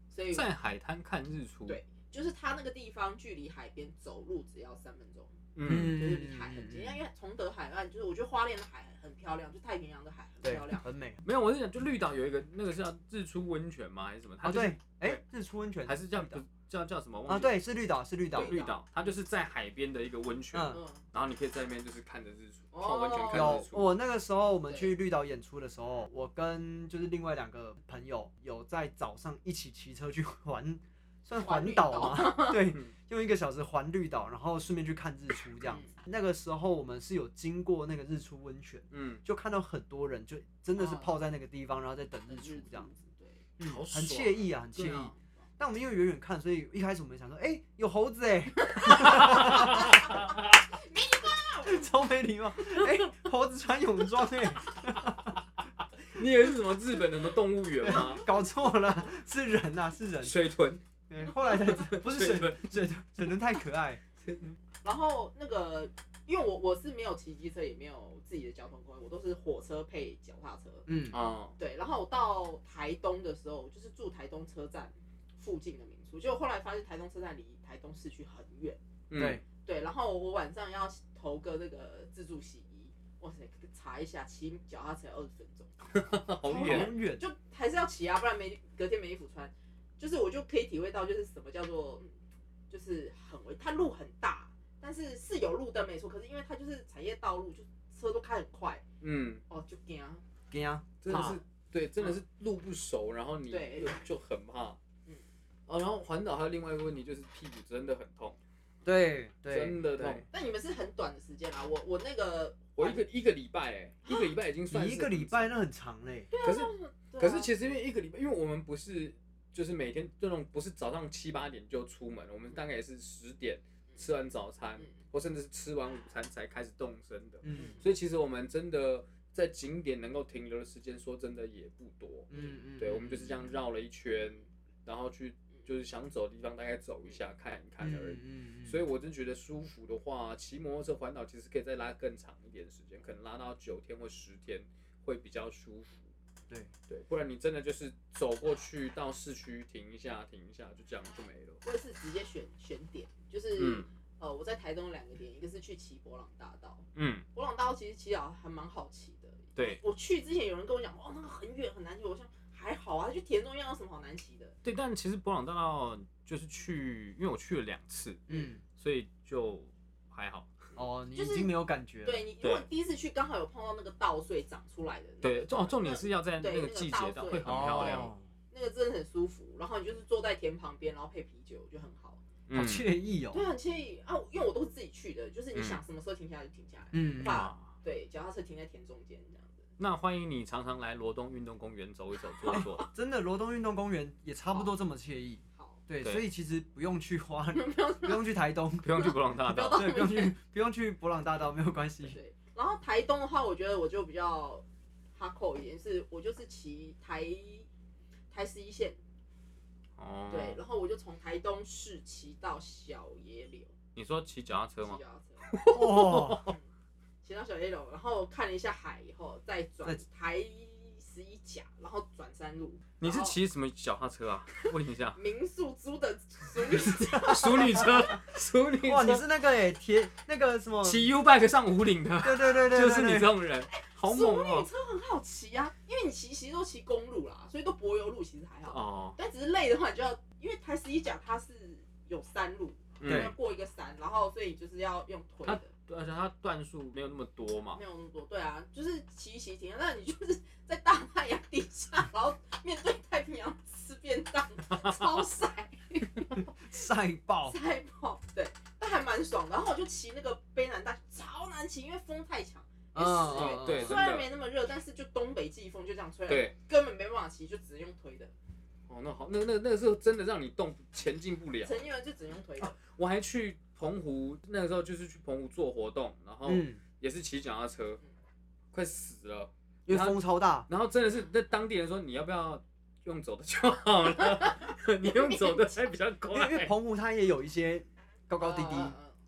S4: 所以
S5: 在海滩看日出。
S4: 对就是它那个地方距离海边走路只要三分钟，
S5: 嗯，
S4: 就是离海很近。因为崇德海岸就是我觉得花莲的海很漂亮，就太平洋的海很
S3: 对
S4: 漂亮。
S3: 很美
S5: 没有，我是讲就绿岛有一个那个是叫日出温泉吗？还是什么？它
S3: 哦，
S5: 啊就是
S3: 对，哎
S5: 对，
S3: 日出温泉
S5: 还是叫
S3: 样
S5: 不叫叫什么？
S3: 啊，
S5: 忘记
S3: 对，是绿岛，是绿岛
S5: 对，绿岛，它就是在海边的一个温泉，
S3: 嗯
S4: 嗯，
S5: 然后你可以在那边就是看着日出，
S4: 哦
S5: 泡温泉看
S3: 有
S5: 日出。
S3: 我那个时候我们去绿岛演出的时候，我跟就是另外两个朋友有在早上一起骑车去环，算
S4: 环
S3: 环
S4: 绿
S3: 岛 吗？对
S5: 嗯，
S3: 用一个小时环绿岛，然后顺便去看日出这样子。那个时候我们是有经过那个日出温泉，
S5: 嗯，
S3: 就看到很多人就真的是
S4: 哦
S3: 泡在那个地方，然后在等
S4: 很
S3: 日出这样，
S4: 子，对，
S3: 嗯，
S5: 好
S3: 很
S5: 爽
S3: 惬意啊，很
S4: 对
S3: 惬意
S4: 啊。
S3: 但我们因为远远看，所以一开始我们想说，哎，有猴子哎，
S4: 没礼貌，
S3: 超没礼貌，哎，猴子穿泳装哎，
S5: 你以为是什么日本的什么动物园吗？
S3: 搞错了，是人呐，是 人。
S5: 水豚，
S3: 对，后来才知不 是水
S5: 豚，
S3: 水豚水豚太可爱，
S4: 然后那个，因为我我是没有骑机车，也没有自己的交通工具，我都是火车配脚踏车。
S3: 嗯，
S5: 哦，
S4: 对，然后我到台东的时候，就是住台东车站附近的民宿，结果后来发现台东车站离台东市区很远。
S5: 嗯
S3: 对，
S4: 对，然后我晚上要投个那个自助洗衣，哇塞，查一下骑脚踏车二十分钟，
S5: 嗯好
S3: 好
S5: 远，
S3: 远，
S4: 就还是要骑啊，不然没隔天没衣服穿。就是我就可以体会到，就是什么叫做，嗯就是很危，它路很大，但是是有路灯没错，可是因为它就是产业道路，就车都开很快，
S5: 嗯，
S4: 哦，就惊。
S3: 给啊，
S5: 真的是
S4: 怕，
S5: 对，真的是路不熟，然后你
S4: 对
S5: 又就很怕
S4: 嗯。
S5: 哦，然后环岛还有另外一个问题就是屁股真的很痛，
S3: 对对，
S5: 真的
S3: 对
S5: 痛，，
S4: 但你们是很短的时间啦，啊我我那个
S5: 我一个一个礼拜哎，一个礼拜已经算
S3: 你
S5: 是
S3: 一个礼拜，那很长嘞，
S5: 可是
S4: 对啊
S5: 可是其实因为一个礼拜，因为我们不是就是每天这种不是早上七八点就出门，我们大概也是十点吃完早餐
S4: 嗯，
S5: 或甚至是吃完午餐才开始动身的，
S3: 嗯
S5: 所以其实我们真的在景点能够停留的时间，说真的也不多。
S3: 嗯嗯，
S5: 对，我们就是这样绕了一圈，然后去就是想走的地方大概走一下看一看
S3: 嗯
S5: 而已。
S3: 嗯嗯，
S5: 所以我真觉得舒服的话，骑摩托车环岛其实可以再拉更长一点时间，可能拉到九天或十天会比较舒服。
S3: 对
S5: 对，不然你真的就是走过去到市区停一下，停一下就这样就没了。
S4: 我也是直接选选点，就是、
S5: 嗯
S4: 呃，我在台东有两个点，一个是去骑博朗大道，
S5: 嗯，
S4: 博朗大道其实骑了还蛮好骑的。
S5: 对
S4: 我去之前有人跟我讲，哦，那个很远很难骑，我想还好啊，去田中央有什么好难骑的？
S5: 对，但其实博朗大道就是去，因为我去了两次，
S3: 嗯，
S5: 所以就还好。
S3: 哦，你
S4: 就
S3: 已
S4: 是
S3: 经没有感觉了，
S4: 对你，如果
S5: 对
S4: 第一次去刚好有碰到那个稻穗长出来的那个，
S5: 对，重重点是要在
S4: 对
S5: 那个
S4: 那个
S5: 季
S4: 稻
S5: 节到，
S4: 穗
S5: 会很漂亮。
S3: 哦
S4: 那个真的很舒服。然后你就是坐在田旁边，然后配啤酒就很好，
S3: 好
S5: 嗯，
S3: 惬意哦
S4: 对，，很惬意啊。因为我都是自己去的，就是你
S5: 嗯
S4: 想什么时候停下来就停下来，
S3: 嗯，
S4: 哇
S5: 啊
S4: 对，脚踏车停在田中间这样子。
S5: 那欢迎你常常来罗东运动公园走一走、坐一坐。
S3: 真的罗东运动公园也差不多这么惬意，
S4: 好，
S3: 对，
S5: 哦对
S3: 所以其实不用去花莲， 不用去台东，
S5: 不用去博朗大 道，
S3: 对，不用去不用去博朗大道，没有关 系，
S4: 对，然后台东的话，我觉得我就比较哈扣一点，是我就是骑台台十一线，
S5: 哦，
S4: 对，，然后我就从台东市骑到小野柳，
S5: 你说骑脚踏车
S4: 骑
S5: 吗
S4: 脚？踏车，嗯
S3: 哦，
S4: 骑到小野柳，然后看了一下海以后，再转
S3: 再
S4: 台十十一甲，然后转山路。
S5: 你是
S4: 然后，
S5: 骑什么脚踏车啊？ 问一下
S4: 民宿租的属于
S5: 淑女车，淑女
S3: 哇，你
S5: 车，
S3: 是那个诶铁那个什么？
S5: 骑 U bike 上五岭的，
S3: 对对对对， 对
S5: 就是你这。种人，好猛
S4: 淑女
S5: 哦！
S4: 车很好骑啊，因为你骑其实都骑公路啦，所以都柏油路其实还好。
S5: 哦，
S4: 但只是累的话，你就要因为台十一甲它是有山路，你
S5: 嗯
S4: 要，过一个山，然后所以就是要用推的，
S5: 对而且它段数没有那么多嘛
S4: 没，有那么多。对啊，就是骑一骑停，那你就是在大太阳底下，然后面对太平洋吃便当，超晒
S3: 晒爆，
S4: 晒爆，对，但还蛮爽的。然后我就骑那个卑南大桥，超难骑，因为风太强。因为十月
S5: 嗯对
S4: 虽然没那么热，但是就东北季风就这样吹来，
S5: 对，
S4: 根本没办法骑，就只能用推的。
S5: 哦，那好，那那那个时候真的让你动前进不了。
S4: 成年人就只能用推的。
S5: 我还去澎湖，那个时候就是去澎湖做活动，然后
S3: 嗯，
S5: 也是骑脚踏车，快死了。
S3: 因为风超大，
S5: 然后真的是那当地人说你要不要用走的就好了， 你用走的才比较
S3: 因为因为
S5: 快。
S3: 澎湖它也有一些高高
S4: 呃
S3: 低低，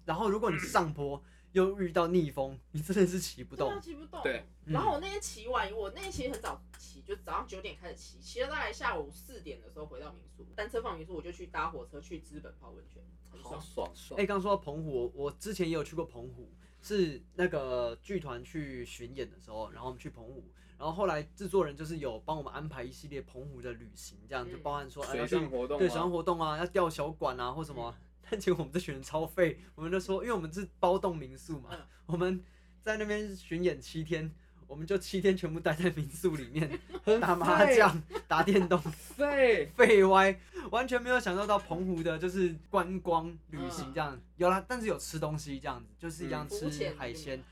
S3: 然后如果你上坡又遇到逆风，你真的是骑不
S4: 不动
S3: 动。
S4: 骑不动。
S5: 对。
S3: 嗯
S4: 然后我那天骑完，我那天其实很早骑，就早上九点开始骑，骑到大概下午四点的时候回到民宿，单车放民宿，我就去搭火车去资本泡温泉，很
S5: 好
S4: 爽。
S5: 爽爽！
S3: 哎，刚说到澎湖，我我之前也有去过澎湖，是那个剧团去巡演的时候，然后我们去澎湖，然后后来制作人就是有帮我们安排一系列澎湖的旅行，这样就
S4: 嗯
S3: 包含说哎
S5: 水
S3: 要去
S5: 上活动
S3: 对水上
S5: 吗？
S3: 活动啊，要钓小管啊或什么啊。
S4: 嗯
S3: 但结果我们这群人超废，我们就说，因为我们是包栋民宿嘛
S4: 嗯，
S3: 我们在那边巡演七天，我们就七天全部待在民宿里面打麻将、打电动、
S5: 费
S3: 废歪，完全没有享受到澎湖的就是观光旅行这样。有啦，但是有吃东西这样子，就是一样
S5: 嗯
S4: 浮
S3: 吃
S4: 潜
S3: 海
S4: 有没有
S3: 鲜。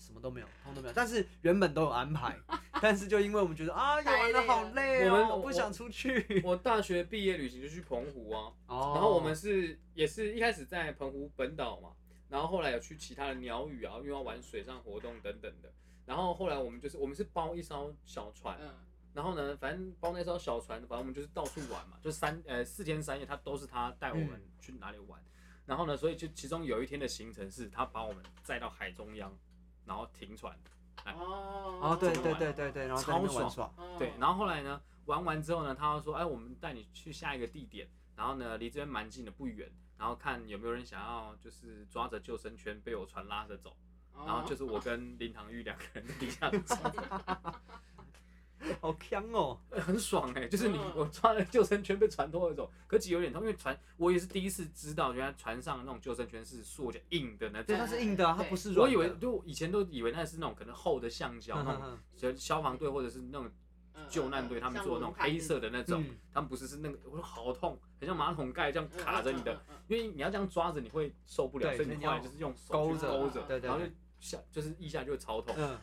S3: 什么都没有，通通都没有。但是原本都有安 排，但是就因为我们觉得啊，玩
S4: 太
S3: 的
S4: 累
S3: 好
S4: 了
S3: 累
S5: 我们
S3: 哦，
S5: 我
S3: 不想 出去。
S5: 我大学毕业旅行就去澎湖啊，
S3: 哦
S5: 然后我们是也是一开始在澎湖本岛嘛，然后后来有去其他的鸟语啊，因为要玩水上活动等等的。然后后来我们就是我们是包一艘小船，
S4: 嗯，
S5: 然后呢，反正包那艘小船，反正我们就是到处玩嘛，就三呃四天三夜，他都是他带我们去哪里玩。然后呢，所以就其中有一天的行程是他把我们载到海中央，然后停船，哎
S4: 哦
S3: 哦，对
S5: 怎么
S3: 对
S5: 玩
S3: 对对对，然后在那边玩
S5: 超爽
S3: 耍，
S5: 对。然后后来呢，玩完之后呢，他说，哎，我们带你去下一个地点，然后呢，离这边蛮近的，不远，然后看有没有人想要就是抓着救生圈被我船拉着走，
S3: 哦
S4: 后
S5: 然后就是 我跟林唐玉两个人在底下走，
S3: 好香哦！
S5: 很爽哎、就是你
S4: 嗯
S5: 我穿了救生圈被船拖着走，可其实有点痛，因为船我也是第一次知道，原来船上的那种救生圈是塑胶硬的那
S3: 对，
S5: 种
S3: 它。是硬的啊，它
S4: 对
S3: 不是
S5: 我
S3: 软的。
S5: 以为 就我以前都以为那是那种可能厚的橡胶，
S3: 嗯
S5: 那种
S3: 嗯
S5: 消消防队或者是那种
S4: 嗯
S5: 救难队他们做的那种黑色的那种，
S3: 嗯，
S5: 他们不是是那个，我说好痛，很像马桶盖这样卡着你的，，
S4: 嗯嗯嗯嗯嗯
S5: 因为你要这样抓着你会受不了，
S3: 对
S5: 所以你
S3: 你
S5: 后来
S3: 要
S5: 就是用手去
S4: 勾着
S5: 勾着，
S3: 对对
S5: 然后
S3: 对
S5: 就下就是一下就会超痛，
S3: 嗯，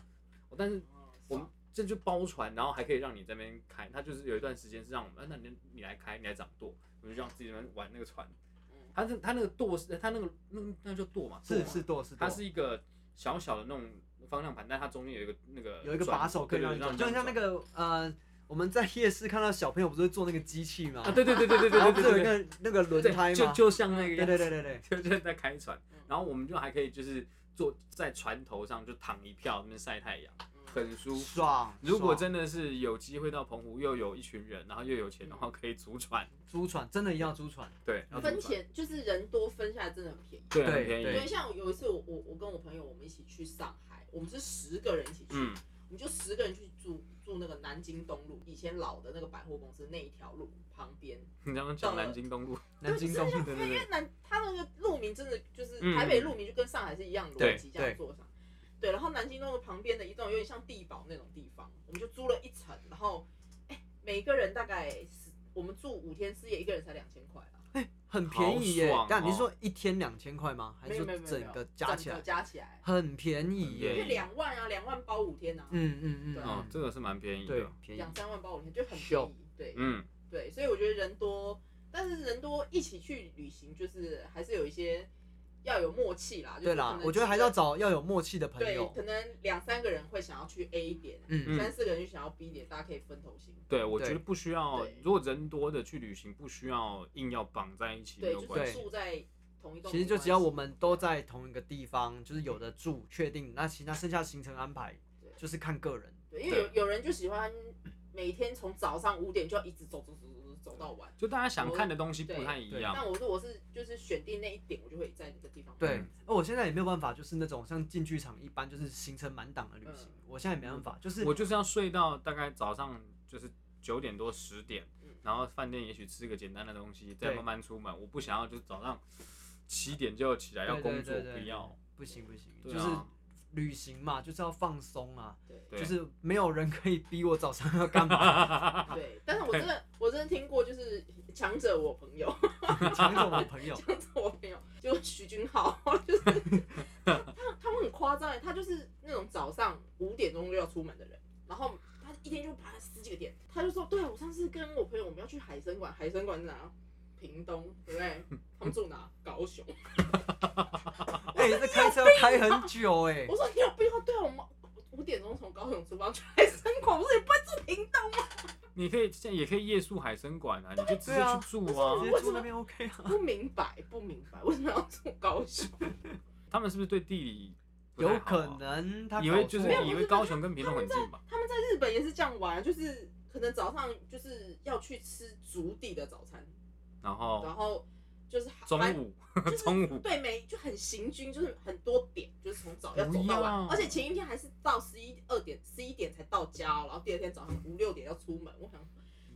S5: 但是
S4: 嗯嗯嗯
S5: 我们这就包船，然后还可以让你在那边开。他就是有一段时间是让我们，啊那你你来开，你来掌舵，我们就让自己在那边玩那个船。
S4: 嗯
S5: 他是他那个舵是，他那个那那叫舵嘛，舵
S3: 是
S5: 嘛
S3: 是，舵是舵，
S5: 它是一个小小的那种方向盘，但它中间有一个那个
S3: 有一个
S5: 转
S3: 把手可以
S5: 对
S3: 让
S5: 对
S3: 你
S5: 让
S3: 转，就像那
S5: 转
S3: 个呃，我们在夜市看到小朋友不是会做那个机器嘛
S5: 啊，，对对对对对
S3: 然后
S5: 对
S3: 不
S5: 对
S3: 是有
S5: 对
S3: 一
S5: 对
S3: 个那个轮
S5: 对，
S3: 胎
S5: 就
S3: 吗？
S5: 就像那个样
S3: 对对
S5: 子，
S3: 对对对，
S5: 就就是在开船
S4: 嗯，
S5: 然后我们就还可以就是坐在船头上就躺一票，那边晒太
S4: 嗯
S5: 阳，很舒服。
S3: 爽。
S5: 如果
S3: 爽
S5: 真的是有机会到澎湖，又有一群人，然后又有钱的
S4: 嗯
S5: 话，可以租船，
S3: 租船真的一定要租船，
S5: 对，然后
S4: 分
S5: 租船
S4: 钱就是人多分下来真的很便宜。
S5: 对，
S3: 对
S5: 很便
S3: 对
S4: 对，
S5: 宜，
S4: 像有一次我我我跟我朋友我们一起去上海，我们是十个人一起去，
S5: 嗯，
S4: 我们就十个人去住住那个南京东路，以前老的那个百货公司那一条路旁边，
S5: 你刚刚讲南京东路，
S3: 南京东路
S5: 对对
S4: 因
S5: 对，
S4: 为南它那个路名真的就是
S5: 嗯
S4: 台北路名就跟上海是一样逻辑
S3: 对
S4: 这样做上。对，然后南京东路旁边的一栋有点像地堡那种地方，我们就租了一层，然后哎，每个人大概是我们住五天四夜，一个人才两千块啊，
S3: 很便宜耶
S5: 好爽哦。
S3: 但你是说一天两千块吗？还
S4: 没
S3: 是
S4: 有
S3: 说
S4: 没有没有，
S3: 整个加起
S4: 整
S3: 来
S4: 个加起来，
S3: 很便宜
S4: 因为
S5: 很便宜
S3: 耶？
S4: 两万啊，两万包五天啊，
S3: 嗯嗯
S4: 对
S5: 哦
S3: 嗯，，
S5: 这个是蛮便宜
S3: 嗯，对
S5: 的，，
S3: 便宜
S4: 两三万包五天就很便
S3: 秀
S4: 宜，对，
S5: 嗯，
S4: 对，所以我觉得人多，但是人多一起去旅行，就是还是有一些要有默契啦。就是
S3: 对
S4: 可
S3: 啦，
S4: 能
S3: 我觉得还是要找要有默契的朋
S4: 对，
S3: 友
S4: 可。能两三个人会想要去 A 点，
S3: 嗯
S4: 三四个人就想要 B 点，大家可以分头行。
S5: 对，我觉
S3: 对
S5: 得不需要
S4: 对，
S5: 如果人多的去旅行，不需要硬要绑在一起，没
S4: 对，
S5: 有
S4: 就
S5: 关
S4: 是
S5: 系，
S4: 住在同一栋没关系，
S3: 其实就只要我们都在同一个地方，就是有的住，确定，那其他剩下行程安排
S4: 对
S3: 就是看个人。
S4: 对，因为有有人就喜欢每天从早上五点就要一直走走走走走走到晚。
S5: 就大家想看的东西不太一样。啊
S4: 但我说我是就是选定那一点，我就会在那个地方。
S3: 对，那我现在也没有办法，就是那种像进剧场一般，就是行程满档
S4: 嗯
S3: 的旅行，我现在也没办法，就是
S5: 我就是要睡到大概早上就是九点多十点
S4: 嗯，
S5: 然后饭店也许吃个简单的东西，再
S3: 对
S5: 慢慢出门。我不想要就是早上七点就起来要工作，
S3: 对对对对
S5: 不要。
S3: 不行不行，
S5: 对
S3: 就是
S5: 啊
S3: 旅行嘛，就是要放松啊，
S5: 对
S3: 就是没有人可以逼我早上要 干嘛，
S4: 对，但是我真的我真的听过，就是强者我朋友，
S3: 抢走我朋 友，
S4: 强者我朋友就是徐君浩， 就是他他他们很夸张哎，他就是那种早上五点钟就要出门的人，然后他一天就爬了十几个点，他就说，对啊我上次跟我朋友我们要去海参馆，海参馆在哪？啊屏东，对不对？他们住哪？啊高雄。
S3: 哎，这开车要开很久哎
S4: 我，说你有病 啊！对啊，我们五点钟从高雄出发去海参馆，我说你不会住屏 东吗？
S5: 你可以现在也可以夜宿海参馆啊，你就 直接
S3: 对啊
S5: 去住啊
S3: 直。接住那边 OK 啊，
S4: 不明白，不明白，为什么要住高雄？
S5: 他们是不是对地理 不太
S3: 有
S5: 好啊
S3: 可？能他
S5: 以为就是
S3: 搞错了
S5: 以为高雄跟屏东很近吧？
S4: 他们在日本也是这样玩，啊就是可能早上就是要去吃竹地的早餐，
S5: 然后
S3: 啊
S4: 然后就是
S5: 哦中
S4: 蛮
S5: 午
S4: 就是
S5: 中午
S4: 对没就很行军，就是很多点，就是从早要
S5: 不
S4: 走到晚
S5: 要，啊
S4: 而且前一天还是到十一二点、十一点才到家哦、然后第二天早上五六点要出门。我想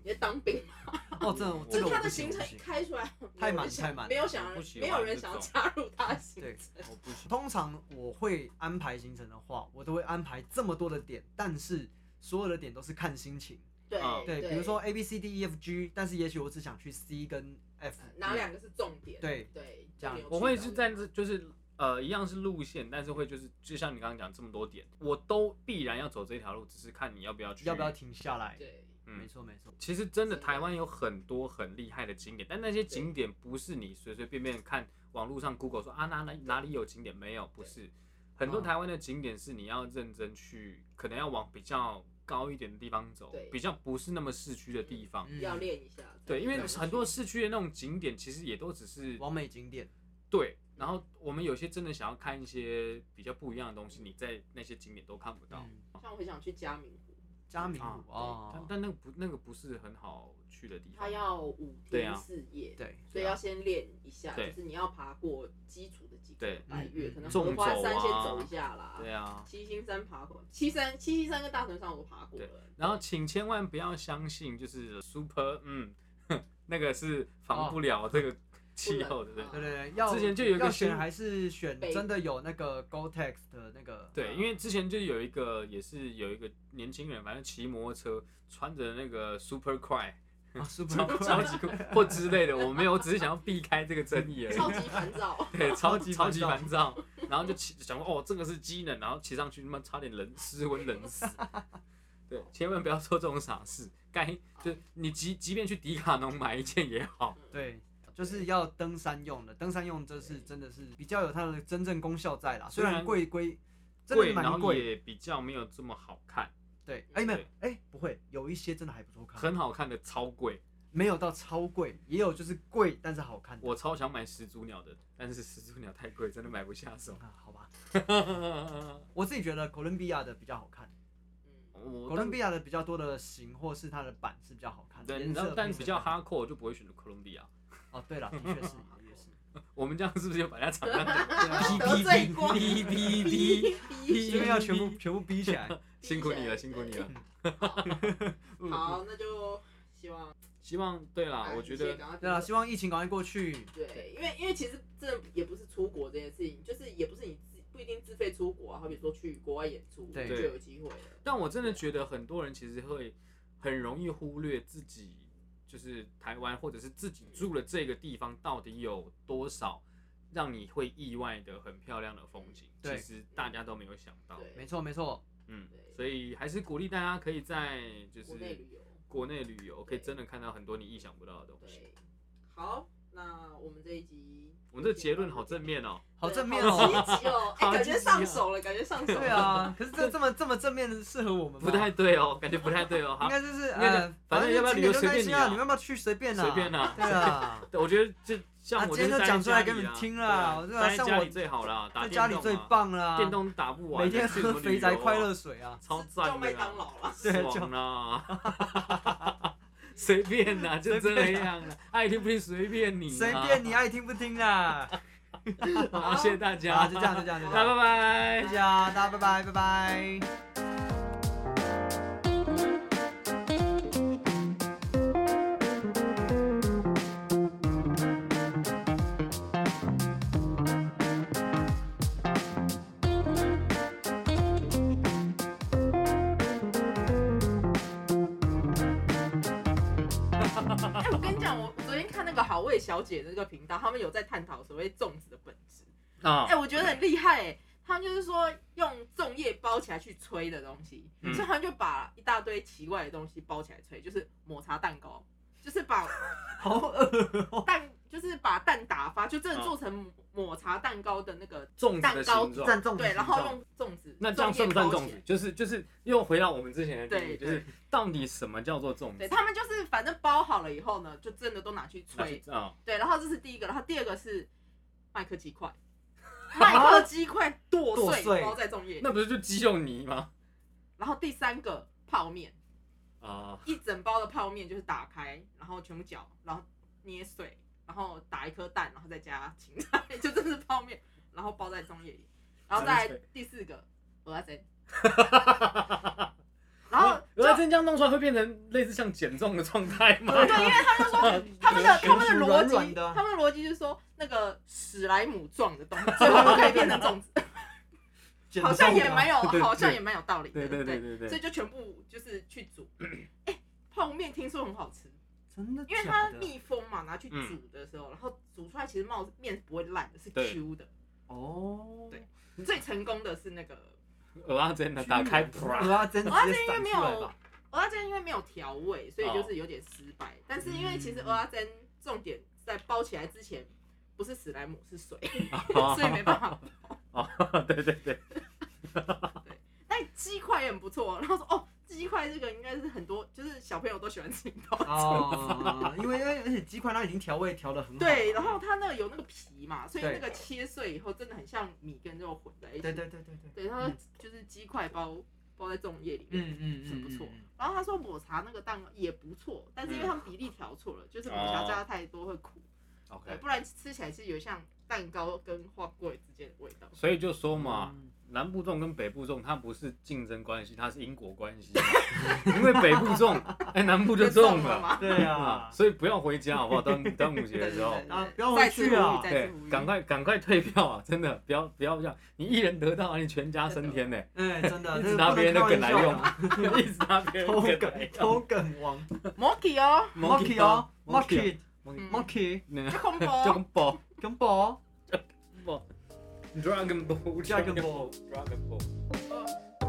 S4: 你在当兵吗，
S3: 哦，真的，
S4: 就
S3: 这
S4: 是
S3: 个我
S4: 他的
S3: 不行我
S4: 行
S3: 不
S4: 程
S3: 行
S4: 一开出来，
S3: 太满
S4: 没有人想
S3: 太满
S4: 没有想
S5: 不喜欢
S4: 没有人想要
S5: 这
S4: 加入他的行
S3: 对
S4: 程。
S5: 我不行。
S3: 通常我会安排行程的话，我都会安排这么多的点，但是所有的点都是看心情。
S4: 对
S5: 嗯
S3: 对，比如说 A B C D E F G，但是也许我只想去 C 跟 F，
S4: 呃哪两个是重点？
S3: 对
S4: 对，
S3: 这样
S4: 就没有
S5: 我会
S4: 去
S5: 是
S4: 到
S5: 在这就是呃一样是路线，但是会就是就像你刚刚讲这么多点，我都必然要走这条路，只是看你要不要去。
S3: 要不要？停下来？
S4: 对，
S5: 嗯
S3: 没错没错，
S5: 其实真的
S4: 真的
S5: 台湾有很多很厉害的景点，但那些景点不是你随随便便看网络上 Google 说啊哪哪哪里有景点没有，不是。很多
S3: 嗯
S5: 台湾的景点是你要认真去，可能要往比较高一点的地方走
S4: 对，
S5: 比较不是那么市区的地方。
S3: 嗯
S4: 要练一下。
S5: 对，因为
S4: 才能
S5: 很多
S4: 去
S5: 市区的那种景点其实也都只是
S3: 完美景点，
S5: 对，然后我们有些真的想要看一些比较不一样的东西，你在那些景点都看不到。
S3: 嗯
S4: 像我很想去嘉明湖，
S3: 嘉明
S5: 啊
S3: 湖
S5: 但
S3: 哦，
S5: 但那个不那个不是很好去的地方。
S4: 它要五
S5: 嗯对
S4: 天
S5: 啊
S4: 四夜，
S3: 对，
S4: 所以要先练一下，
S5: 对
S4: 就是你要爬过基础的几个
S5: 对
S4: 白月，
S3: 嗯
S4: 可能荷
S5: 纵
S4: 花
S5: 走
S4: 山先
S5: 啊
S4: 走一下啦，
S5: 对啊，
S4: 七星山爬过，七山七星山跟大屯山我爬过
S5: 对
S4: 了，
S5: 然后请千万不要相信就是 super 嗯， 那个是防不了这个气候的，对
S4: 不
S3: 对
S4: 能
S3: 对对，要
S5: 之前就有一个
S3: 要选
S5: 新
S3: 还是选
S4: 啊北
S3: 真的有那个 Gore-Tex 的那个，
S5: 对，因为之前就有一个也是有一个年轻人，反正骑摩托车穿着那个 super cry
S3: 啊 Super
S5: 超超级酷或之类的，我没有，我只是想要避开这个争议 而已。。
S4: 超级烦躁 嗯
S5: 对，超级
S3: 级
S5: 超
S3: 烦
S5: 级
S3: 躁
S5: 烦躁，然后就骑想说哦，这个是机能，然后骑上去他妈差点冷失温冷死。对，千万不要做这种傻事，该就你即即便去迪卡侬买一件也好，
S3: 对。就是要登山用的，登山用这是真的是比较有它的真正功效在啦，虽
S5: 虽然
S3: 然贵归，真
S5: 贵
S3: 的
S5: 然
S3: 蛮
S5: 后
S3: 贵，
S5: 也比较没有这么好看，
S3: 对，哎、没有
S5: 对，
S3: 哎、不会，有一些真的还不错看，
S5: 很好看的超贵，
S3: 没有到超贵，也有就是贵但是好看的。
S5: 我超想买始祖鸟的，但是始祖鸟太贵，真的买不下手。
S3: 啊，好吧，
S5: 我
S3: 我自己觉得哥伦比亚的比较好看，
S4: 嗯
S5: 哦
S3: 哥伦比亚的比较多的型或是它的版是比较好看的，
S5: 对，
S3: 颜
S5: 然后
S3: 色
S5: 但
S3: 配色
S5: 比较
S3: 好看
S5: hardcore 我就不会选择哥伦比亚。
S3: 哦，对了，的确 是，的 确是，
S5: 我们这样是不是就把它厂商
S3: 对啊
S4: 逼得罪光
S5: 逼 逼逼 逼？
S3: 因
S5: 嗯
S3: 为要全部全部逼起来，
S5: 辛苦你了，辛苦你了。
S4: 好，那就希望
S5: 希望对啦，
S4: 哎
S5: 嗯啊我觉得
S4: 一切赶 快
S3: 对啊，希望疫情赶快过去，
S4: 对，因为因为其实这也不是出国这件事情，就是也不是你自不一定自费出国啊，好比说去国外演出，
S3: 对
S4: 就有机会了。
S5: 但我
S3: 啊
S5: 真的觉得很多人其实会很容易忽略自己，就是台湾或者是自己住的这个地方到底有多少让你会意外的很漂亮的风景，其
S3: 对
S5: 实大家都没有想到。
S4: 对
S3: 没错没错，
S5: 嗯
S4: 对，
S5: 所以还是鼓励大家可以在就
S4: 国内旅
S5: 是
S4: 游，
S5: 国内旅游，可以
S4: 对
S5: 真的看到很多你意想不到的东西。
S4: 对，好，那我们这一集，
S5: 我们这结论好正，面哦，
S3: 好正面
S4: 好积
S3: 哦。
S4: 极哦，哎，
S5: 好
S4: 感
S5: 积极
S4: 觉上手了，感觉上手了，
S3: 对，啊，可是这这么这么正面的适合我们吗？
S5: 不太对哦，感觉不太对哦。
S3: 应
S5: 好，
S3: 该就是
S5: 应该就
S3: 呃，
S5: 反正要不要
S3: 就
S5: 旅游
S3: 景点就
S5: 随
S3: 那
S5: 便
S3: 些
S5: 你啊
S3: 你们要不要去随便啊？
S5: 随便啊
S3: 对啊，
S5: 我觉得这像我
S3: 今
S5: 就
S3: 天
S5: 是
S3: 就
S5: 待在
S3: 讲出来
S5: 家
S3: 给你
S5: 里
S3: 们
S5: 啊
S3: 听
S5: 对
S3: 啦
S5: 啊
S3: 我这
S5: 待在
S3: 像
S5: 家
S3: 我
S5: 里最好啦，打
S3: 在
S5: 电
S3: 家里
S5: 动
S3: 最
S5: 啊
S3: 棒啦，
S5: 电动打不完，
S3: 每天
S5: 还 去什
S3: 喝
S5: 么
S3: 肥
S5: 旅
S3: 宅
S5: 游啊
S3: 快乐，水啊，
S5: 超赞的
S4: 叫
S5: 啊，
S4: 麦当劳了，
S3: 对就
S5: 爽啦， 随便啦，就这样啦，爱听不听随便你，
S3: 随便你，爱听不听 啦。
S5: 好，谢谢大
S3: 好，
S5: 家，
S3: 就这样，就这样，就这
S5: 大家
S3: 样，
S5: 拜拜
S3: 谢。谢啊，大家拜拜，拜拜。
S4: 哎、我跟你讲，我昨天看那个好味小姐的那个频道，他们有在探讨所谓粽子的本质。
S5: 啊
S4: 哎、，我觉得很厉害哎、他们就是说用粽叶包起来去吹的东西，
S5: 嗯
S4: 所以他们就把一大堆奇怪的东西包起来吹，就是抹茶蛋糕，就是把
S3: 好恶哦，
S4: 蛋，就是把蛋打发，就真的
S5: 啊
S4: 做成抹茶蛋糕的那个
S5: 粽子的
S4: 蛋糕
S5: 形状，
S3: 赞重
S4: 对，然后用粽子，
S5: 那这样算不算
S4: 叶包
S5: 粽
S4: 起来
S5: 子？就是就是又回到我们之前的定义，
S4: 对
S5: 就是到底什么叫做粽
S4: 对
S5: 子？啊
S4: 他们就是反正包好了以后呢，就真的都拿去
S5: 拿去
S4: 吹。
S5: 啊，
S4: 对，然后这是第一个，然后第二个是麦克 鸡块，麦克鸡块剁
S3: 剁
S4: 碎
S3: 碎
S4: 包在粽叶，
S5: 那不是就鸡肉泥吗？
S4: 然后第三个泡面，
S5: 啊，
S4: 一整包的泡面就是打开，然后全部搅，然后捏碎，然后打一颗蛋，然后再加芹菜，就真的是泡面，然后包在粽叶里，然后再来第四个鹅仔 煎，然后就
S5: 原来真这样弄出来会变成类似像减重的状态吗？
S4: 对，因为他就说他们的他们的逻
S3: 软软
S4: 辑，
S5: 啊
S3: 的
S4: 他们的逻辑就是说那个史莱姆状的 东西最后都可以变成粽子，
S3: 剪
S4: 好
S3: 重
S4: 像也
S3: 啊
S4: 没有，
S5: 对对
S4: 好像也没有道理
S5: 对
S4: 的。
S5: 对对对
S4: 所
S5: 对
S4: 以，就全部就是去煮。 哎、泡面听说很好吃，
S3: 真的
S4: 因为
S3: 假
S4: 它
S3: 的
S4: 密封嘛，拿去煮的时候，然后煮出来其实冒面是不会烂的，是
S5: 对
S4: Q 的。
S3: 哦，
S4: 对最成功的是那个，
S5: 鹅啊真的打开，啪
S3: 我要真
S4: 我
S3: 直
S4: 要
S3: 接
S4: 煎因为
S3: 闪
S4: 没
S3: 出来
S4: 有
S3: 吧，，
S4: 我要煎因为没有调味，所
S5: 哦
S4: 以就是有点失败。但是因为其实
S3: 嗯
S4: 蚵仔煎重点在包起来之前。不是史莱姆是水，
S5: 哦
S4: 所以没办法。
S5: 对对对，
S4: 但哎鸡块也很不错。然后说哦，鸡块这个应该是很多就是小朋友都喜欢吃到。
S3: 哦，因为因为而且鸡块它已经调味调的很好，
S4: 对，然后它那个有那个皮嘛，所以
S3: 对
S4: 那个切碎以后真的很像米跟肉混在一起。
S3: 对对对对对，
S4: 对，他说
S3: 嗯
S4: 就是鸡块包包在粽叶里面，
S3: 嗯嗯嗯，
S4: 很不错
S5: 啊
S3: 嗯。
S4: 然后他说抹茶那个蛋糕也不错，但是因为他们比例调错了，就是抹
S3: 哦
S4: 茶加太多会苦，对，
S5: OK。
S4: 不然吃起来是有像蛋糕跟花桂之间的味道。
S5: 所以就说嘛，
S3: 嗯
S5: 南部粽跟北部粽它不是竞争关系，它是因果关系嘛。 因为北部 粽，哎，南部就中
S4: 了
S5: 了
S4: 吗？
S3: 对
S5: 啊，
S3: 啊，
S5: 所以不要回家好不好？端端午节
S4: 对
S5: 的
S4: 对
S5: 时候
S4: 对，
S3: 啊
S4: 对，
S3: 不要
S4: 再
S3: 回
S4: 次
S3: 去啊
S4: 呼吁再
S5: 对
S4: 次呼，吁，
S5: 赶快赶快退票啊！真的，不要不要这样，你一人得道，你全家升天呢、
S3: 哎，真的，
S5: 一
S3: 这
S5: 直
S3: 个
S5: 拿
S3: 不
S5: 别人
S3: 能
S5: 的
S3: 开
S5: 梗来
S3: 玩
S5: 用
S3: 笑啊，，
S5: 一直拿别人
S3: 偷
S5: 的梗来
S3: 梗偷
S5: 用。
S3: 梗王
S4: 摩吉哦，
S3: ，monkey 哦，monkey
S4: 嗯
S3: monkey
S5: 那
S4: 就恐怖哦，
S5: 叫跟宝
S3: 跟宝。
S5: 宝，Dragon Ball，Dragon
S3: Dragon Ball
S5: Ball，Dragon Ball。
S4: 哦